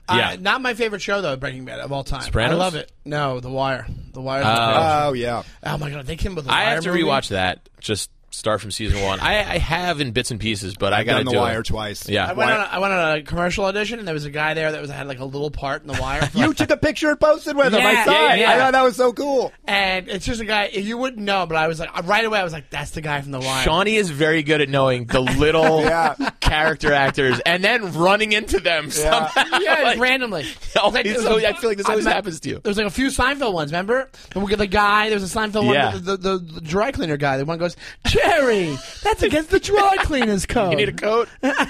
S5: Yeah.
S4: Uh, not my favorite show though. Breaking Bad of all time.
S5: Sopranos? Uh,
S4: I love it. No, The Wire. The Wire.
S6: Oh yeah,
S4: oh my god, they came up with. The
S5: I
S4: Wire
S5: have to
S4: movie?
S5: rewatch that. Just start from season one. I, I have in bits and pieces, but I
S6: I've
S5: got to
S6: done The
S5: do
S6: Wire
S5: it.
S6: twice.
S5: Yeah,
S4: I went, on a, I went on a commercial audition, and there was a guy there that was had like a little part in the wire. for, like,
S6: You took a picture and posted with them.
S4: Yeah,
S6: I saw
S4: yeah,
S6: it.
S4: yeah.
S6: I thought that was so cool.
S4: and it's just a guy you wouldn't know, but I was like right away, I was like, "That's the guy from the wire."
S5: Shawnee is very good at knowing the little
S6: Yeah.
S5: character actors and then running into them somehow.
S4: yeah,
S5: Like,
S4: just randomly.
S5: always-
S4: It was
S5: always- I feel like this always
S4: met-
S5: happens to you.
S4: There was like a few Seinfeld ones. Remember, the, we got the guy. There was a Seinfeld
S5: Yeah.
S4: one. The, the, the, the dry cleaner guy. The one goes, "Jerry, that's against the dry cleaners code."
S5: You need a coat.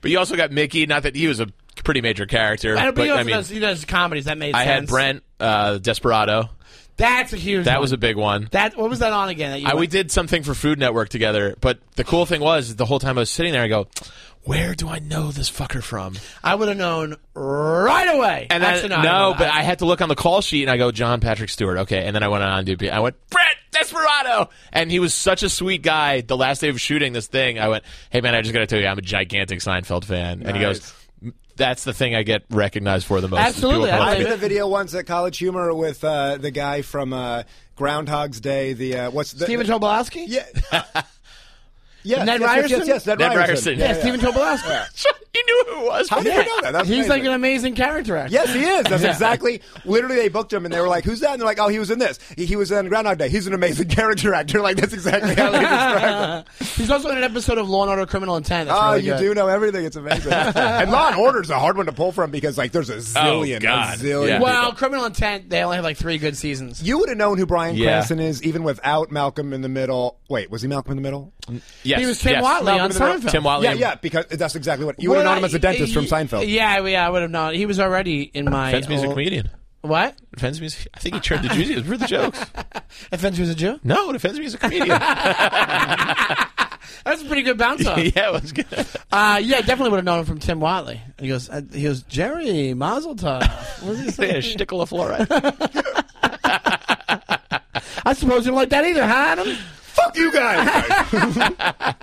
S5: but you also got Mickey. Not that he was a pretty major character,
S4: And, but,
S5: but
S4: he also
S5: I mean,
S4: does, he does comedies. That made
S5: I had
S4: sense.
S5: Brent uh, Desperado.
S4: That's a huge.
S5: That
S4: one.
S5: was a big one.
S4: That what was that on again? That you
S5: I, we
S4: went-
S5: did something for Food Network together, but the cool thing was the whole time I was sitting there, I go, "Where do I know this fucker from?"
S4: I would have known right away.
S5: And
S4: Actually,
S5: then,
S4: I
S5: no,
S4: don't know.
S5: but I had to look on the call sheet and I go John Patrick Stewart. Okay, and then I went on to I went Brett Desperado, and he was such a sweet guy. The last day of shooting this thing, I went, "Hey man, I just got to tell you, I'm a gigantic Seinfeld fan." And he goes, "That's the thing I get recognized for the most." is people
S4: Absolutely,
S5: come up
S4: I
S5: to
S6: I
S5: me."
S6: did the video once at College Humor with uh, the guy from uh, Groundhog's Day. The uh, what's the
S4: Stephen Tobolowsky?
S6: Yeah. yeah.
S4: Ned
S6: yes, yes,
S4: Ryerson?
S6: Yes, yes, Ned,
S5: Ned Ryerson.
S6: Ryerson.
S4: Yeah,
S5: Yeah,
S4: Stephen Tobolowsky.
S5: you knew who it was.
S6: How did
S4: Yeah.
S6: you know that? Oh, That's
S4: He's
S6: amazing.
S4: like an amazing character actor.
S6: Yes, he is. That's exactly. Literally, they booked him, and they were like, "Who's that?" And they're like, "Oh, he was in this. He, he was in Groundhog Day. He's an amazing character actor." Like that's exactly how they described him.
S4: He's also in an episode of Law and Order: Criminal Intent. That's
S6: Oh,
S4: really
S6: you
S4: good.
S6: do know everything. It's amazing. and Law and Order is a hard one to pull from because like there's a zillion,
S5: Oh, God.
S6: a zillion.
S5: Yeah.
S6: people.
S4: Well, Criminal Intent. They only have like three good seasons.
S6: You would have known who Brian
S5: Yeah.
S6: Cranston is even without Malcolm in the Middle. Wait, was he Malcolm in the Middle?
S5: Yes,
S4: he was Tim
S5: yes.
S4: Watley on Seinfeld.
S5: Tim Watley.
S6: yeah,
S5: and-
S6: yeah, because that's exactly what you would have known him as a dentist from Seinfeld.
S4: Yeah, we- yeah, I would have known. He was already in my.
S5: Fence music
S4: old-
S5: comedian.
S4: What?
S5: Fence music. I think he turned to Juicy. Were the jokes?
S4: Offense was a Jew.
S5: No, the fence music comedian.
S4: That's a pretty good bounce off.
S5: yeah, it was good.
S4: Uh, yeah, I definitely would have known him from Tim Watley. He goes, uh, he goes, Jerry Mazel Tov. What does he say?
S5: Yeah, Stickle of fluoride.
S4: I suppose you don't like that either, huh? Adam?
S6: Fuck you guys.
S4: Uh,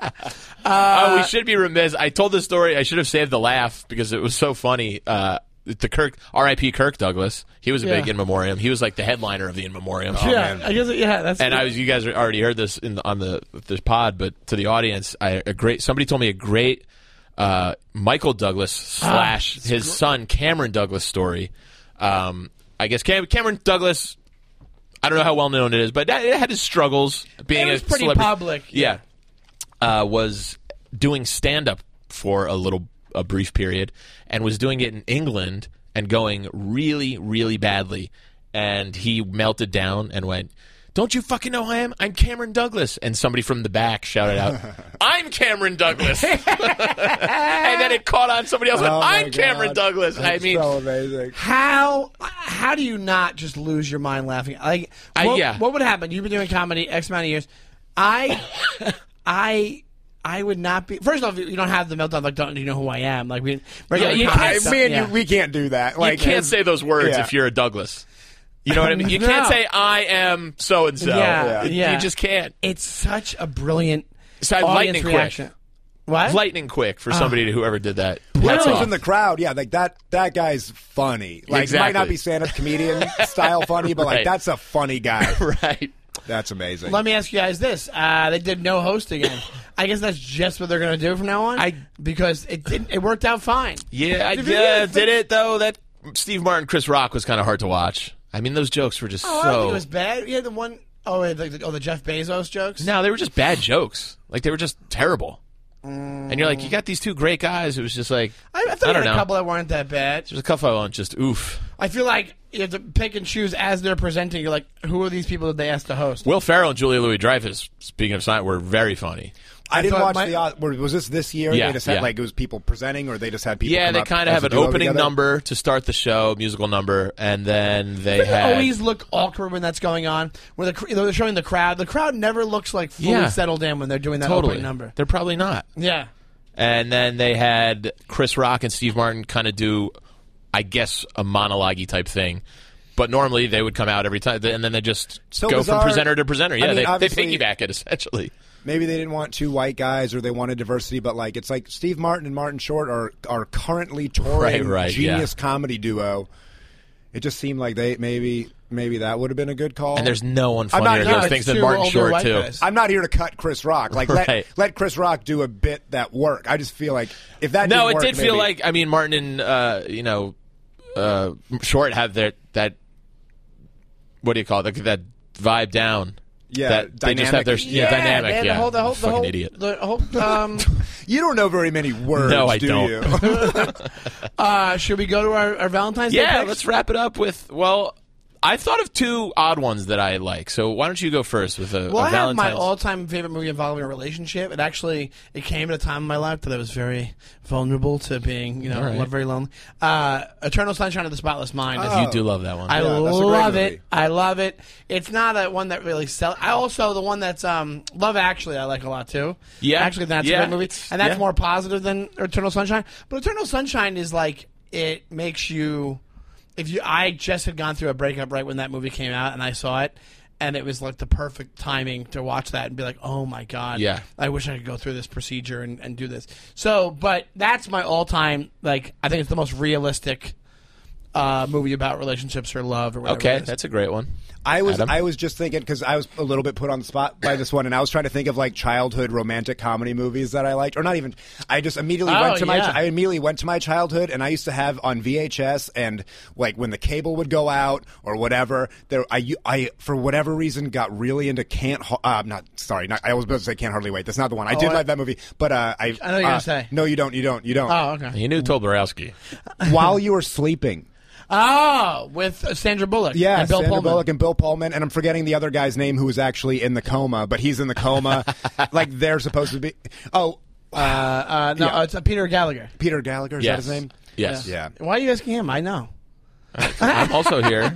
S5: Oh, we should be remiss. I told this story. I should have saved the laugh because it was so funny. Uh, the Kirk, R.I.P. Kirk Douglas. He was a
S4: Yeah. Oh,
S5: big in memoriam. He was like the headliner of the in memoriam.
S6: Oh,
S4: yeah, I guess. Yeah, that's.
S5: And I was, you guys already heard this in the, on the this pod, but to the audience, I a great somebody told me a great uh, Michael Douglas
S4: Ah,
S5: slash his son Cameron Douglas story. Um, I guess Cam- Cameron Douglas. I don't know how well known it is, but that- it had his struggles being
S4: It was
S5: a
S4: pretty
S5: celebrity.
S4: public,
S5: Yeah, uh, was doing stand up for a little a brief period and was doing it in England and going really really badly and he melted down and went don't you fucking know who I am? I'm Cameron Douglas. And somebody from the back shouted out, I'm Cameron Douglas. and then it caught on. Somebody else went,
S6: Oh my
S5: I'm Cameron
S6: God.
S5: Douglas. I mean,
S6: so amazing.
S4: How how do you not just lose your mind laughing? Like what,
S5: I- yeah.
S4: what would happen? You've been doing comedy X amount of years. I I I would not be. First off, you don't have the meltdown. Like, don't you know who I am? Like, we regular
S5: you
S4: comedy
S5: can't-
S4: stuff,
S6: Man,
S4: yeah.
S6: you, we can't do that.
S5: you
S6: Like,
S5: can't
S6: it's-
S5: say those words
S6: yeah.
S5: if you're a Douglas. You know what I mean? You can't
S4: No.
S5: say, I am so and so.
S4: Yeah, yeah.
S5: You just can't.
S4: It's such a brilliant
S5: So I have
S4: audience
S5: lightning quick.
S4: reaction. What?
S5: lightning quick
S4: Ah.
S5: for somebody to whoever did that. Hats
S6: That's
S5: off.
S6: in the crowd. Yeah, like that. That guy's funny. Like,
S5: Exactly.
S6: might not be stand-up comedian style funny, but like
S5: Right.
S6: that's a funny guy.
S5: right.
S6: That's amazing.
S4: Let me ask you guys this: uh, They did no host again. I guess that's just what they're going to do from now on.
S5: I-
S4: because it didn't. It worked out fine.
S5: Yeah, I uh, did it though. That Steve Martin, Chris Rock was kind of hard to watch. I mean, those jokes were just
S4: Oh, I don't think
S5: so.
S4: it was bad. Yeah, the one oh wait, the, the, oh, the Jeff Bezos jokes.
S5: no, they were just bad jokes. Like they were just terrible. And you're like, you got these two great guys. It was just like
S4: I, I thought I
S5: don't
S4: had
S5: know.
S4: a couple that weren't that bad.
S5: There's a couple I want just oof.
S4: I feel like you have to pick and choose as they're presenting. You're like, who are these people that they asked to host?
S5: Will Ferrell and Julia Louis Dreyfus. Speaking of sign, were very funny.
S6: I didn't
S4: thought
S6: watch
S4: my-
S6: the. Oz- were- Was this this year?
S5: Yeah,
S6: they just had
S5: yeah.
S6: like it was people presenting, or they just had people.
S5: Yeah,
S6: come
S5: they
S6: up
S5: kind of have
S6: as a
S5: an
S6: duo
S5: opening
S6: together?
S5: number to start the show, musical number, and then they
S4: Doesn't it
S5: had
S4: always look awkward when that's going on. Where the cr- you know, they're showing the crowd, the crowd never looks like fully
S5: Yeah.
S4: settled in when they're doing that
S5: totally
S4: opening number.
S5: They're probably not.
S4: Yeah,
S5: And then they had Chris Rock and Steve Martin kind of do, I guess, a monologue type thing. But normally they would come out every time, and then they just
S6: So
S5: go
S6: bizarre.
S5: from presenter to presenter.
S6: I
S5: Yeah,
S6: mean,
S5: they, they
S6: obviously-
S5: piggyback it essentially.
S6: Maybe they didn't want two white guys, or they wanted diversity. But like, it's like Steve Martin and Martin Short are are currently touring
S5: Right, right,
S6: genius comedy duo. It just seemed like they maybe maybe that would have been a good call.
S5: And there's no one
S6: I'm not-
S5: funnier at
S6: no,
S5: those
S6: it's
S5: things than
S4: two
S5: Martin
S4: older
S5: Short
S4: white
S5: too.
S4: guys.
S6: I'm not here to cut Chris Rock. Like
S5: Right.
S6: let let Chris Rock do a bit that work. I just feel like if that
S5: No,
S6: didn't
S5: it
S6: work,
S5: did feel
S6: maybe-
S5: like I mean Martin and uh, you know uh, Short have their that what do you call it? Like, that vibe down.
S6: Yeah,
S5: that, they just have their
S6: dynamic.
S5: yeah, dynamic.
S4: man,
S5: yeah,
S4: the whole, the whole, the
S5: fucking
S4: whole,
S5: idiot.
S4: The whole, um,
S6: you don't know very many words.
S5: No, I
S6: do
S5: don't.
S6: You?
S4: uh, should we go to our, our Valentine's Day?
S5: Yeah,
S4: picks?
S5: let's wrap it up with well. I thought of two odd ones that I like, so why don't you go first with a,
S4: Well,
S5: a
S4: I have my
S5: Valentine's?
S4: all-time favorite movie involving a relationship. It actually it came at a time in my life that I was very vulnerable to being, you know,
S5: All right.
S4: very lonely. Uh, Eternal Sunshine of the Spotless Mind. is-
S5: you do love that one.
S4: I
S6: Yeah, that's a great
S4: love
S6: movie.
S4: it. I love it. It's not a one that really sells. I also the one that's um, Love Actually. I like a lot too.
S5: Yeah.
S4: actually, that's
S5: Yeah,
S4: a good movie,
S5: it's-
S4: and that's
S5: yeah.
S4: more positive than Eternal Sunshine. But Eternal Sunshine is like it makes you. If you, I just had gone through a breakup right when that movie came out, and I saw it, and it was like the perfect timing to watch that and be like, "Oh my god,
S5: Yeah.
S4: I wish I could go through this procedure and, and do this." So, but that's my all-time like. I think it's the most realistic uh, movie about relationships or love or whatever.
S5: okay,
S4: it is.
S5: that's a great one.
S6: I was
S5: Adam?
S6: I was just thinking because I was a little bit put on the spot by this one, and I was trying to think of like childhood romantic comedy movies that I liked, or not even. I just immediately
S4: Oh,
S6: went to my
S4: yeah.
S6: I immediately went to my childhood, and I used to have on VHS, and like when the cable would go out or whatever, there I I for whatever reason got really into can't. Ho- uh, I'm not sorry, not, I was about to say can't hardly wait. That's not the one. I did
S4: I-
S6: like that movie, but uh,
S4: Oh, I
S6: I
S4: know what you're gonna
S6: uh,
S4: say.
S6: no, you don't, you don't, you don't.
S4: Oh, okay.
S5: You knew Tobolowski.
S6: While you were sleeping.
S4: Oh, with uh, Sandra Bullock.
S6: Yeah,
S4: and Bill
S6: Sandra
S4: Pullman.
S6: Bullock and Bill Pullman, and I'm forgetting the other guy's name who was actually in the coma, but he's in the coma. like they're supposed to be. Oh, uh,
S4: Uh, no, uh, it's uh, Peter Gallagher.
S6: Peter Gallagher is
S5: Yes.
S6: that his name?
S5: Yes.
S6: Yeah.
S4: Why are you asking him? I know.
S5: I'm also here.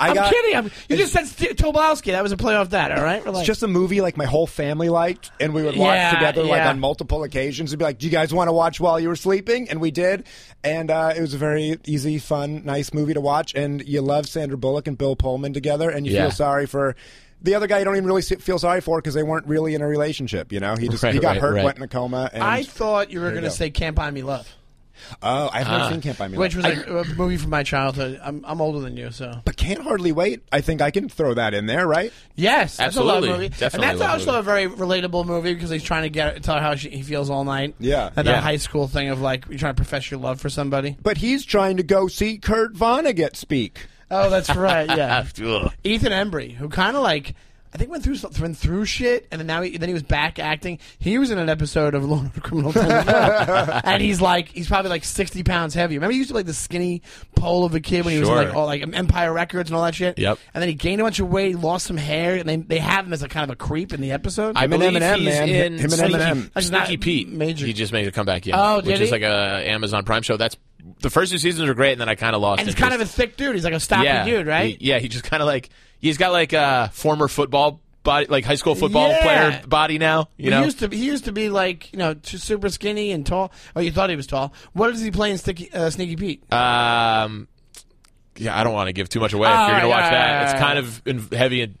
S6: I
S4: I'm
S6: got
S4: kidding. I'm, you just said St- Tobolowsky. That was a play off that. All right. We're like,
S6: It's just a movie like my whole family liked, and we would watch
S4: Yeah,
S6: together like
S4: yeah.
S6: on multiple occasions. We'd be like, "Do you guys want to watch while you were sleeping?" And we did, and uh, it was a very easy, fun, nice movie to watch. And you love Sandra Bullock and Bill Pullman together, and you
S5: Yeah.
S6: feel sorry for the other guy. You don't even really se- feel sorry for because they weren't really in a relationship. You know, he just
S5: Right,
S6: he got
S5: right,
S6: hurt,
S5: right.
S6: went in a coma. And
S4: I thought you were going to
S6: go.
S4: say "Can't Buy Me Love."
S6: Oh, I've
S5: Ah.
S6: never seen Can't Buy Me Love.
S4: which was like a movie from my childhood. I'm, I'm older than you, so
S6: but can't hardly wait. I think I can throw that in there, right?
S4: yes, that's a love
S5: Absolutely.
S4: movie,
S5: Definitely
S4: and
S5: a
S4: that's
S5: love
S4: also
S5: movie.
S4: a very relatable movie because he's trying to get tell her how she, he feels all night.
S6: Yeah.
S4: and
S5: Yeah.
S4: that high school thing of like you're trying to profess your love for somebody.
S6: But he's trying to go see Kurt Vonnegut speak.
S4: Oh, that's right. Yeah,
S5: Ugh.
S4: Ethan Embry, who kind of like I think went through some- went through shit, and then now he, then he was back acting. He was in an episode of Law and Order Criminal, Minds, and he's like he's probably like sixty pounds heavy. Remember, he used to be like the skinny pole of a kid when he was
S5: Sure.
S4: in, like all like Empire Records and all that shit.
S5: Yep.
S4: And then he gained a bunch of weight, lost some hair, and they they have him as a kind of a creep in the episode.
S5: I
S6: Him and
S5: believe
S6: Eminem,
S5: he's
S6: man.
S5: in
S6: Him and
S5: Sneaky,
S6: Eminem.
S4: That's
S5: Sneaky
S4: not
S5: Pete.
S4: major.
S5: He just made a comeback, yeah.
S4: Oh, did
S5: Which is
S4: he?
S5: like a Amazon Prime show. That's the first two seasons are great, and then I kind of lost.
S4: and he's kind of a
S5: interest.
S4: thick dude. He's like a stocky
S5: yeah,
S4: dude, right?
S5: He- yeah, he just kind of like he's got like a former football body, like high school football
S4: Yeah.
S5: player body now. You know,
S4: he used to he used to be like you know t- super skinny and tall. Oh, you thought he was tall. What does he play in Sticky, uh, Sneaky Pete?
S5: um, yeah, I don't want to give too much away.
S4: All
S5: if you're gonna
S4: right,
S5: watch
S4: all
S5: that,
S4: right,
S5: it's
S4: all
S5: kind of in, heavy in,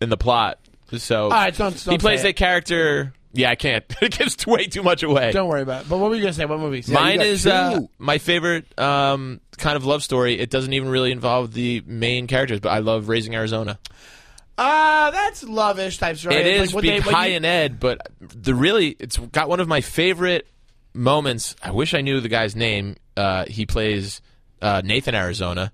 S5: in the plot. So,
S4: right, don't- don't
S5: he plays
S4: say
S5: that
S4: it.
S5: character. Yeah, I can't. it gives way too much away.
S4: Don't worry about it. But what were you gonna say? What movies?
S5: Mine
S6: got
S5: is uh,
S6: two.
S5: my favorite um, kind of love story. It doesn't even really involve the main characters, but I love Raising Arizona.
S4: Ah, that's lovish types, right?
S5: It
S4: It's
S5: is
S4: like what
S5: being
S4: they- what
S5: high
S4: you-
S5: in ed, but the really it's got one of my favorite moments. I wish I knew the guy's name. Uh, he plays uh, Nathan Arizona,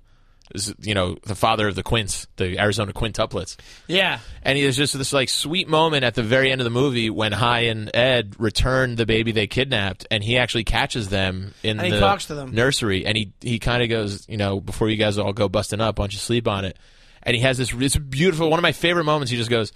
S5: is you know the father of the Quints, the Arizona Quintuplets.
S4: Yeah,
S5: And he- there's just this like sweet moment at the very end of the movie when High and Ed return the baby they kidnapped, and he actually catches them in
S4: And he
S5: the
S4: talks to them.
S5: nursery, and he he kind of goes, you know, before you guys all go busting up, why don't you sleep on it? And he has this it's beautiful one of my favorite moments. He just goes,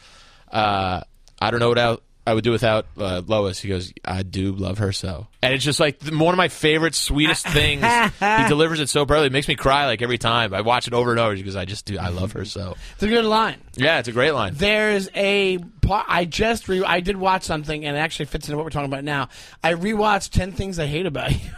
S5: uh, I don't know what I, I would do without uh, Lois. He goes, I do love her so, and it's just like th- one of my favorite sweetest things. he delivers it so perfectly, it makes me cry like every time. I watch it over and over because I just do. I love her so.
S4: it's a good line.
S5: Yeah, it's a great line.
S4: There's a part I just re- I did watch something and it actually fits into what we're talking about now. I rewatched Ten Things I Hate About You.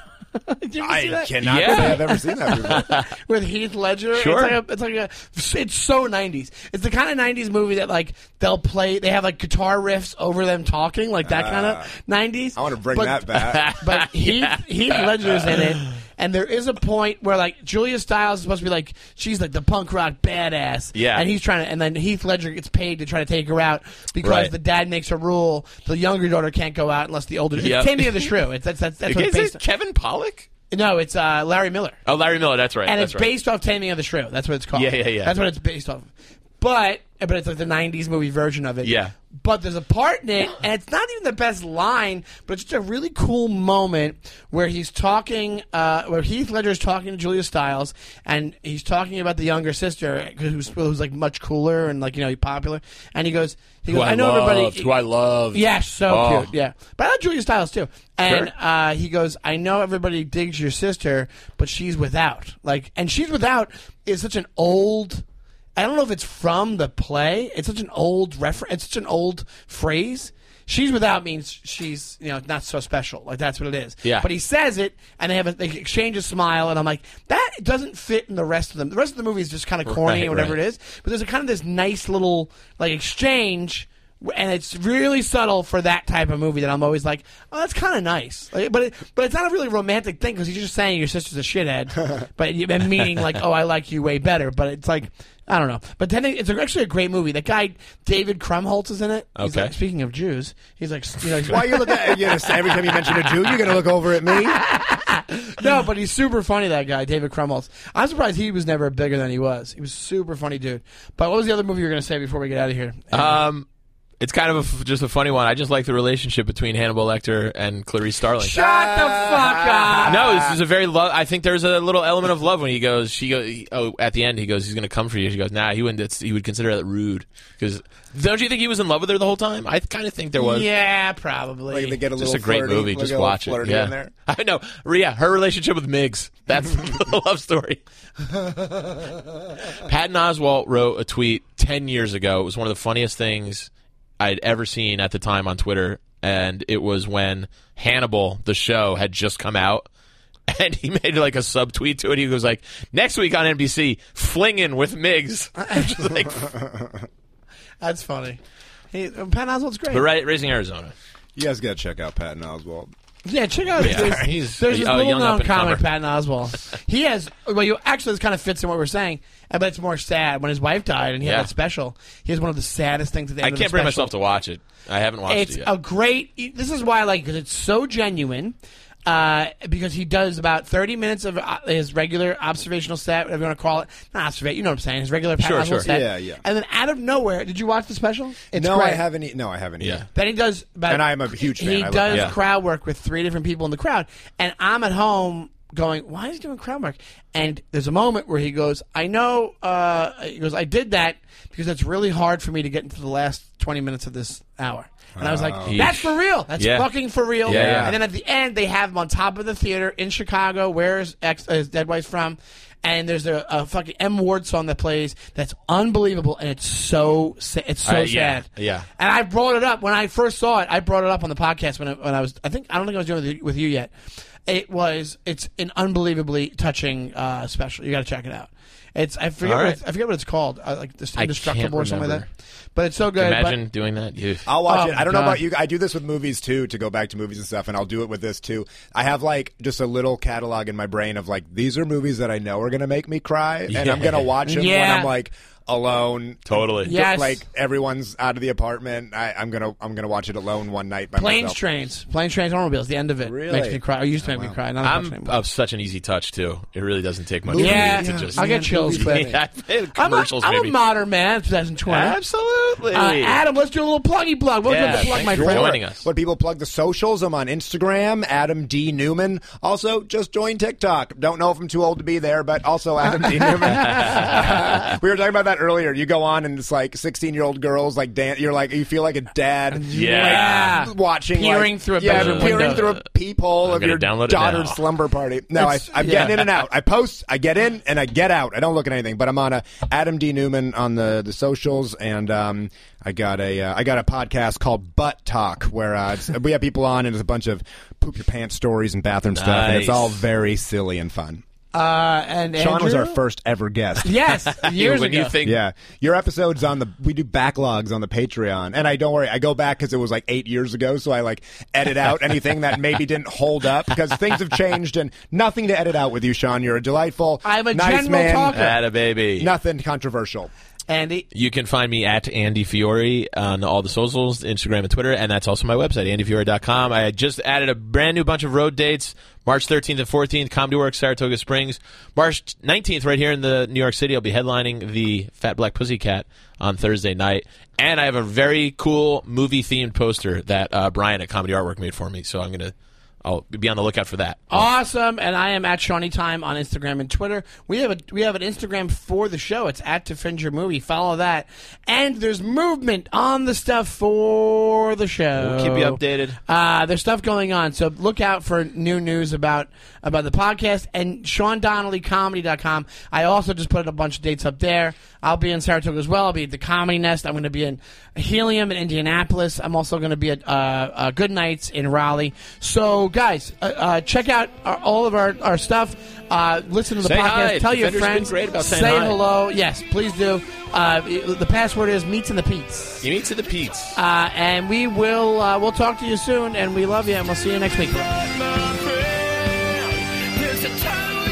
S4: Did you ever see
S6: I
S4: that?
S6: cannot
S5: Yeah.
S6: say I've ever seen that before.
S4: with Heath Ledger.
S5: Sure.
S4: It's like, a, it's like a, it's so '90s. It's the kind of '90s movie that like they'll play. They have like guitar riffs over them talking, like that kind of '90s.
S6: I want to bring
S4: But-
S6: that back.
S4: But Heath, Heath Ledger's in it, and there is a point where like Julia Stiles is supposed to be like she's like the punk rock badass,
S5: Yeah.
S4: and he's trying to, and then Heath Ledger gets paid to try to take her out because
S5: Right.
S4: the dad makes a rule: the younger daughter can't go out unless the older.
S5: Yep.
S4: It's Same thing as the shrew. It's that's that's, that's what it's
S5: Is
S4: based
S5: it Kevin Pollock?
S4: on. No, it's uh, Larry Miller
S5: Oh, Larry Miller. That's right.
S4: and
S5: that's
S4: it's
S5: right.
S4: based off Taming of the Shrew. That's what it's called.
S5: Yeah, yeah, yeah.
S4: That's what it's based off. But but it's like the '90s movie version of it.
S5: Yeah.
S4: But there's a part in it, and it's not even the best line, but it's just a really cool moment where he's talking, uh, where Heath Ledger's talking to Julia Stiles, and he's talking about the younger sister who's, who's like much cooler and like you know popular, and he goes, he goes, I, know everybody,
S5: love.
S4: yeah, so
S5: Oh.
S4: cute. Yeah, but I like Julia Stiles too. And
S5: Sure.
S4: uh, he goes, I know everybody digs your sister, but she's without. Like, and she's without is such an old. I don't know if it's from the play. It's such an old reference. It's such an old phrase. She's without means she's you know not so special. Like that's what it is.
S5: Yeah.
S4: But he says it, and they have a, they exchange a smile, and I'm like, that doesn't fit in the rest of them. The rest of the movie is just kind of corny
S5: Right,
S4: or whatever
S5: right.
S4: it is is, but there's a kind of this nice little like exchange, w- and it's really subtle for that type of movie that I'm always like, oh, that's kind of nice. Like, but it, but it's not a really romantic thing because he's just saying your sister's a shithead, but you- and meaning like, oh, I like you way better. But it's like. I don't know, but then it- it's actually a great movie. That guy David Krumholtz is in it. He's
S5: Okay.
S4: like, speaking of Jews, he's like, you know, he's-
S6: Why you look at you know, every time you mention a Jew, you're going to look over at me.
S4: no, but he's super funny. That guy David Krumholtz. I'm surprised he was never bigger than he was. He was super funny, dude. But what was the other movie you were gonna say before we get out of here?
S5: Um, it's kind of a f just a funny one. I just like the relationship between Hannibal Lecter and Clarice Starling.
S4: Shut the fuck
S5: Ah.
S4: up.
S5: no, this is a very love. I think there's a little element of love when he goes. She go he- oh, at the end. He goes. He's gonna come for you. She goes. Nah, he wouldn't. That's, he would consider that rude. Because don't you think he was in love with her the whole time? I kind of think there was.
S4: Yeah, probably.
S6: Like they get a
S5: Just
S6: little
S5: a great
S6: flirty,
S5: movie.
S6: like a
S5: Just
S6: little
S5: watch it.
S6: flirty
S5: Yeah,
S6: in there.
S5: I know. Rhea, her relationship with Miggs. That's the love story. Patton Oswalt wrote a tweet ten years ago. It was one of the funniest things I'd ever seen at the time on Twitter, and it was when Hannibal, the show, had just come out. And he made like a subtweet to it. He was like, "Next week on NBC, flinging with Miggs." Just like,
S4: That's funny. Hey, Pat Oswald's great.
S5: but right, raising Arizona.
S6: You guys got to check out Patton Oswald.
S4: Yeah, check out.
S5: Yeah,
S4: There's,
S5: he's
S4: there's this
S5: a- a
S4: little
S5: young
S4: known
S5: up-and-comer.
S4: comic, Patton Oswald. He has. Well, you actually this kind of fits in what we're saying, uh, but it's more sad. When his wife died and he
S5: Yeah.
S4: had that special, he has one of the saddest things at the end
S5: I
S4: of the
S5: can't bring
S4: special.
S5: myself to watch it. I haven't watched
S4: It's
S5: it yet.
S4: a great. This is why I like because it's so genuine. Uh, because he does about thirty minutes of uh, his regular observational set, whatever you want to call it, not observate. You know what I'm saying? His regular Patton
S5: Sure,
S4: Oswalt
S5: sure.
S4: set.
S6: Yeah, yeah.
S4: And then out of nowhere, did you watch the special? It's
S6: no, I
S4: great.
S6: haven't. e- No, I haven't.
S5: Yeah.
S6: Either.
S4: Then he does. About,
S6: And I am a huge fan.
S4: He
S6: I love
S4: does
S5: that. Yeah.
S4: crowd work with three different people in the crowd, and I'm at home going, "Why is he doing crowd work?" And there's a moment where he goes, "I know." Uh, he goes, "I did that because it's really hard for me to get into the last 20 minutes of this hour." And I was
S6: Oh.
S4: like, "That's for real. That's
S5: Yeah.
S4: fucking for real."
S5: Yeah, yeah.
S4: And then at the end, they have him on top of the theater in Chicago. Where's ex, uh, his dead wife from? And there's a, a fucking M Ward song that plays that's unbelievable, and it's so sa- it's so
S5: Uh,
S4: sad.
S5: yeah, yeah.
S4: And I brought it up when I first saw it. I brought it up on the podcast when I, when I was. I think I don't think I was doing it with you- with you yet. It was. It's an unbelievably touching uh, special. You got to check it out. It's. I forget.
S5: All
S4: What
S5: right.
S4: it's, I forget what it's called. Uh, like this
S5: I
S4: indestructible
S5: can't
S4: or something like that.
S5: remember.
S4: But it's so good. but-
S5: Imagine doing that. You-
S6: I'll watch
S4: Oh,
S6: it. I don't
S4: God.
S6: know about you. I do this with movies too, to go back to movies and stuff, and I'll do it with this too. I have like just a little catalog in my brain of like these are movies that I know are going to make me cry, and I'm going to watch them
S4: Yeah.
S6: when I'm like alone.
S5: Totally.
S6: Just,
S4: Yes.
S6: Like everyone's out of the apartment. I, I'm gonna I'm gonna watch it alone one night by
S4: planes,
S6: myself.
S4: trains, planes, trains, automobiles. The end of it
S6: Really?
S4: makes me cry. Or used to make me cry. Not as much
S5: I'm
S4: anymore.
S5: of such an easy touch too. It really doesn't take much.
S4: Yeah,
S5: for me
S4: yeah.
S5: to just.
S4: I'll get chills, but-
S5: Yeah,
S4: I'm a,
S5: commercials,
S4: I'm a
S5: maybe.
S4: modern man. 2020.
S5: Absolutely.
S4: Uh, Adam, let's do a little pluggy plug. Welcome
S5: Yeah,
S4: to plug,
S5: thanks
S4: my
S5: for
S4: friend.
S5: joining us.
S6: What people plug the socials. I'm on Instagram, Adam D Newman. Also, just join TikTok. Don't know if I'm too old to be there, but also Adam D Newman. we were talking about that earlier. You go on and it's like 16 year old girls like dan You're like you feel like a dad.
S5: Yeah.
S6: like, watching like-
S4: Peering through a
S6: yeah,
S4: bedroom
S6: peering
S4: window.
S6: through a peephole
S5: I'm
S6: of
S5: gonna
S6: your
S5: download it
S6: daughter's
S5: now.
S6: slumber party. No, I,
S4: It's-
S6: I'm
S4: yeah.
S6: getting in and out. I post, I get in, and I get out. I don't look at anything, but I'm on a Adam D Newman on the the socials, and um, I got a uh, I got a podcast called Butt Talk where uh, it's, we have people on, and it's a bunch of poop your pants stories and bathroom stuff, and it's
S5: Nice.
S6: all very silly and fun.
S4: Uh, and
S6: Sean was our
S4: Andrew?
S6: first ever guest.
S4: Yes, years
S5: when
S4: ago.
S5: you think
S6: Yeah, your episodes on the we do backlogs on the Patreon, and I don't worry, I go back because it was like eight years ago, so I like edit out anything that maybe didn't hold up because things have changed, and nothing to edit out with you, Sean. You're a delightful,
S4: I'm a
S6: nice
S4: general
S6: man,
S4: talker.
S5: Atta baby.
S6: nothing controversial.
S4: Andy,
S5: You can find me at Andy Fiore on all the socials, Instagram and Twitter, and that's also my website, andyfiore.com. I just added a brand new bunch of road dates, March 13th and 14th, Comedy Works, Saratoga Springs. March 19th, right here in the New York City, I'll be headlining the Fat Black Pussycat on Thursday night. And I have a very cool movie-themed poster that uh, Brian at Comedy Artwork made for me, so I'm going to... I'll be on the lookout for that.
S4: awesome, and I am at Shawnee Time on Instagram and Twitter. We have a we have an Instagram for the show. It's at Defend Your Movie. Follow that, and there's movement on the stuff for the show.
S5: We'll keep you updated.
S4: Uh, there's stuff going on, so look out for new news about about the podcast and SeanDonnellyComedy.com. I also just put a bunch of dates up there. I'll be in Saratoga as well. I'll be at the Comedy Nest. I'm going to be in Helium in Indianapolis. I'm also going to be at uh, uh, Good Nights in Raleigh. So, guys, uh, uh, check out our, all of our, our stuff. Uh, listen to the
S5: Say
S4: podcast.
S5: hi.
S4: Tell your
S5: Defender's been
S4: friends.
S5: great about
S4: say
S5: saying hi.
S4: hello. Yes, please do. Uh, the password is Meats and the Peets.
S5: You meet to the Pete's.
S4: Uh, and we will uh, we'll talk to you soon, and we love you, and we'll see you next week.
S3: my friend. There's a time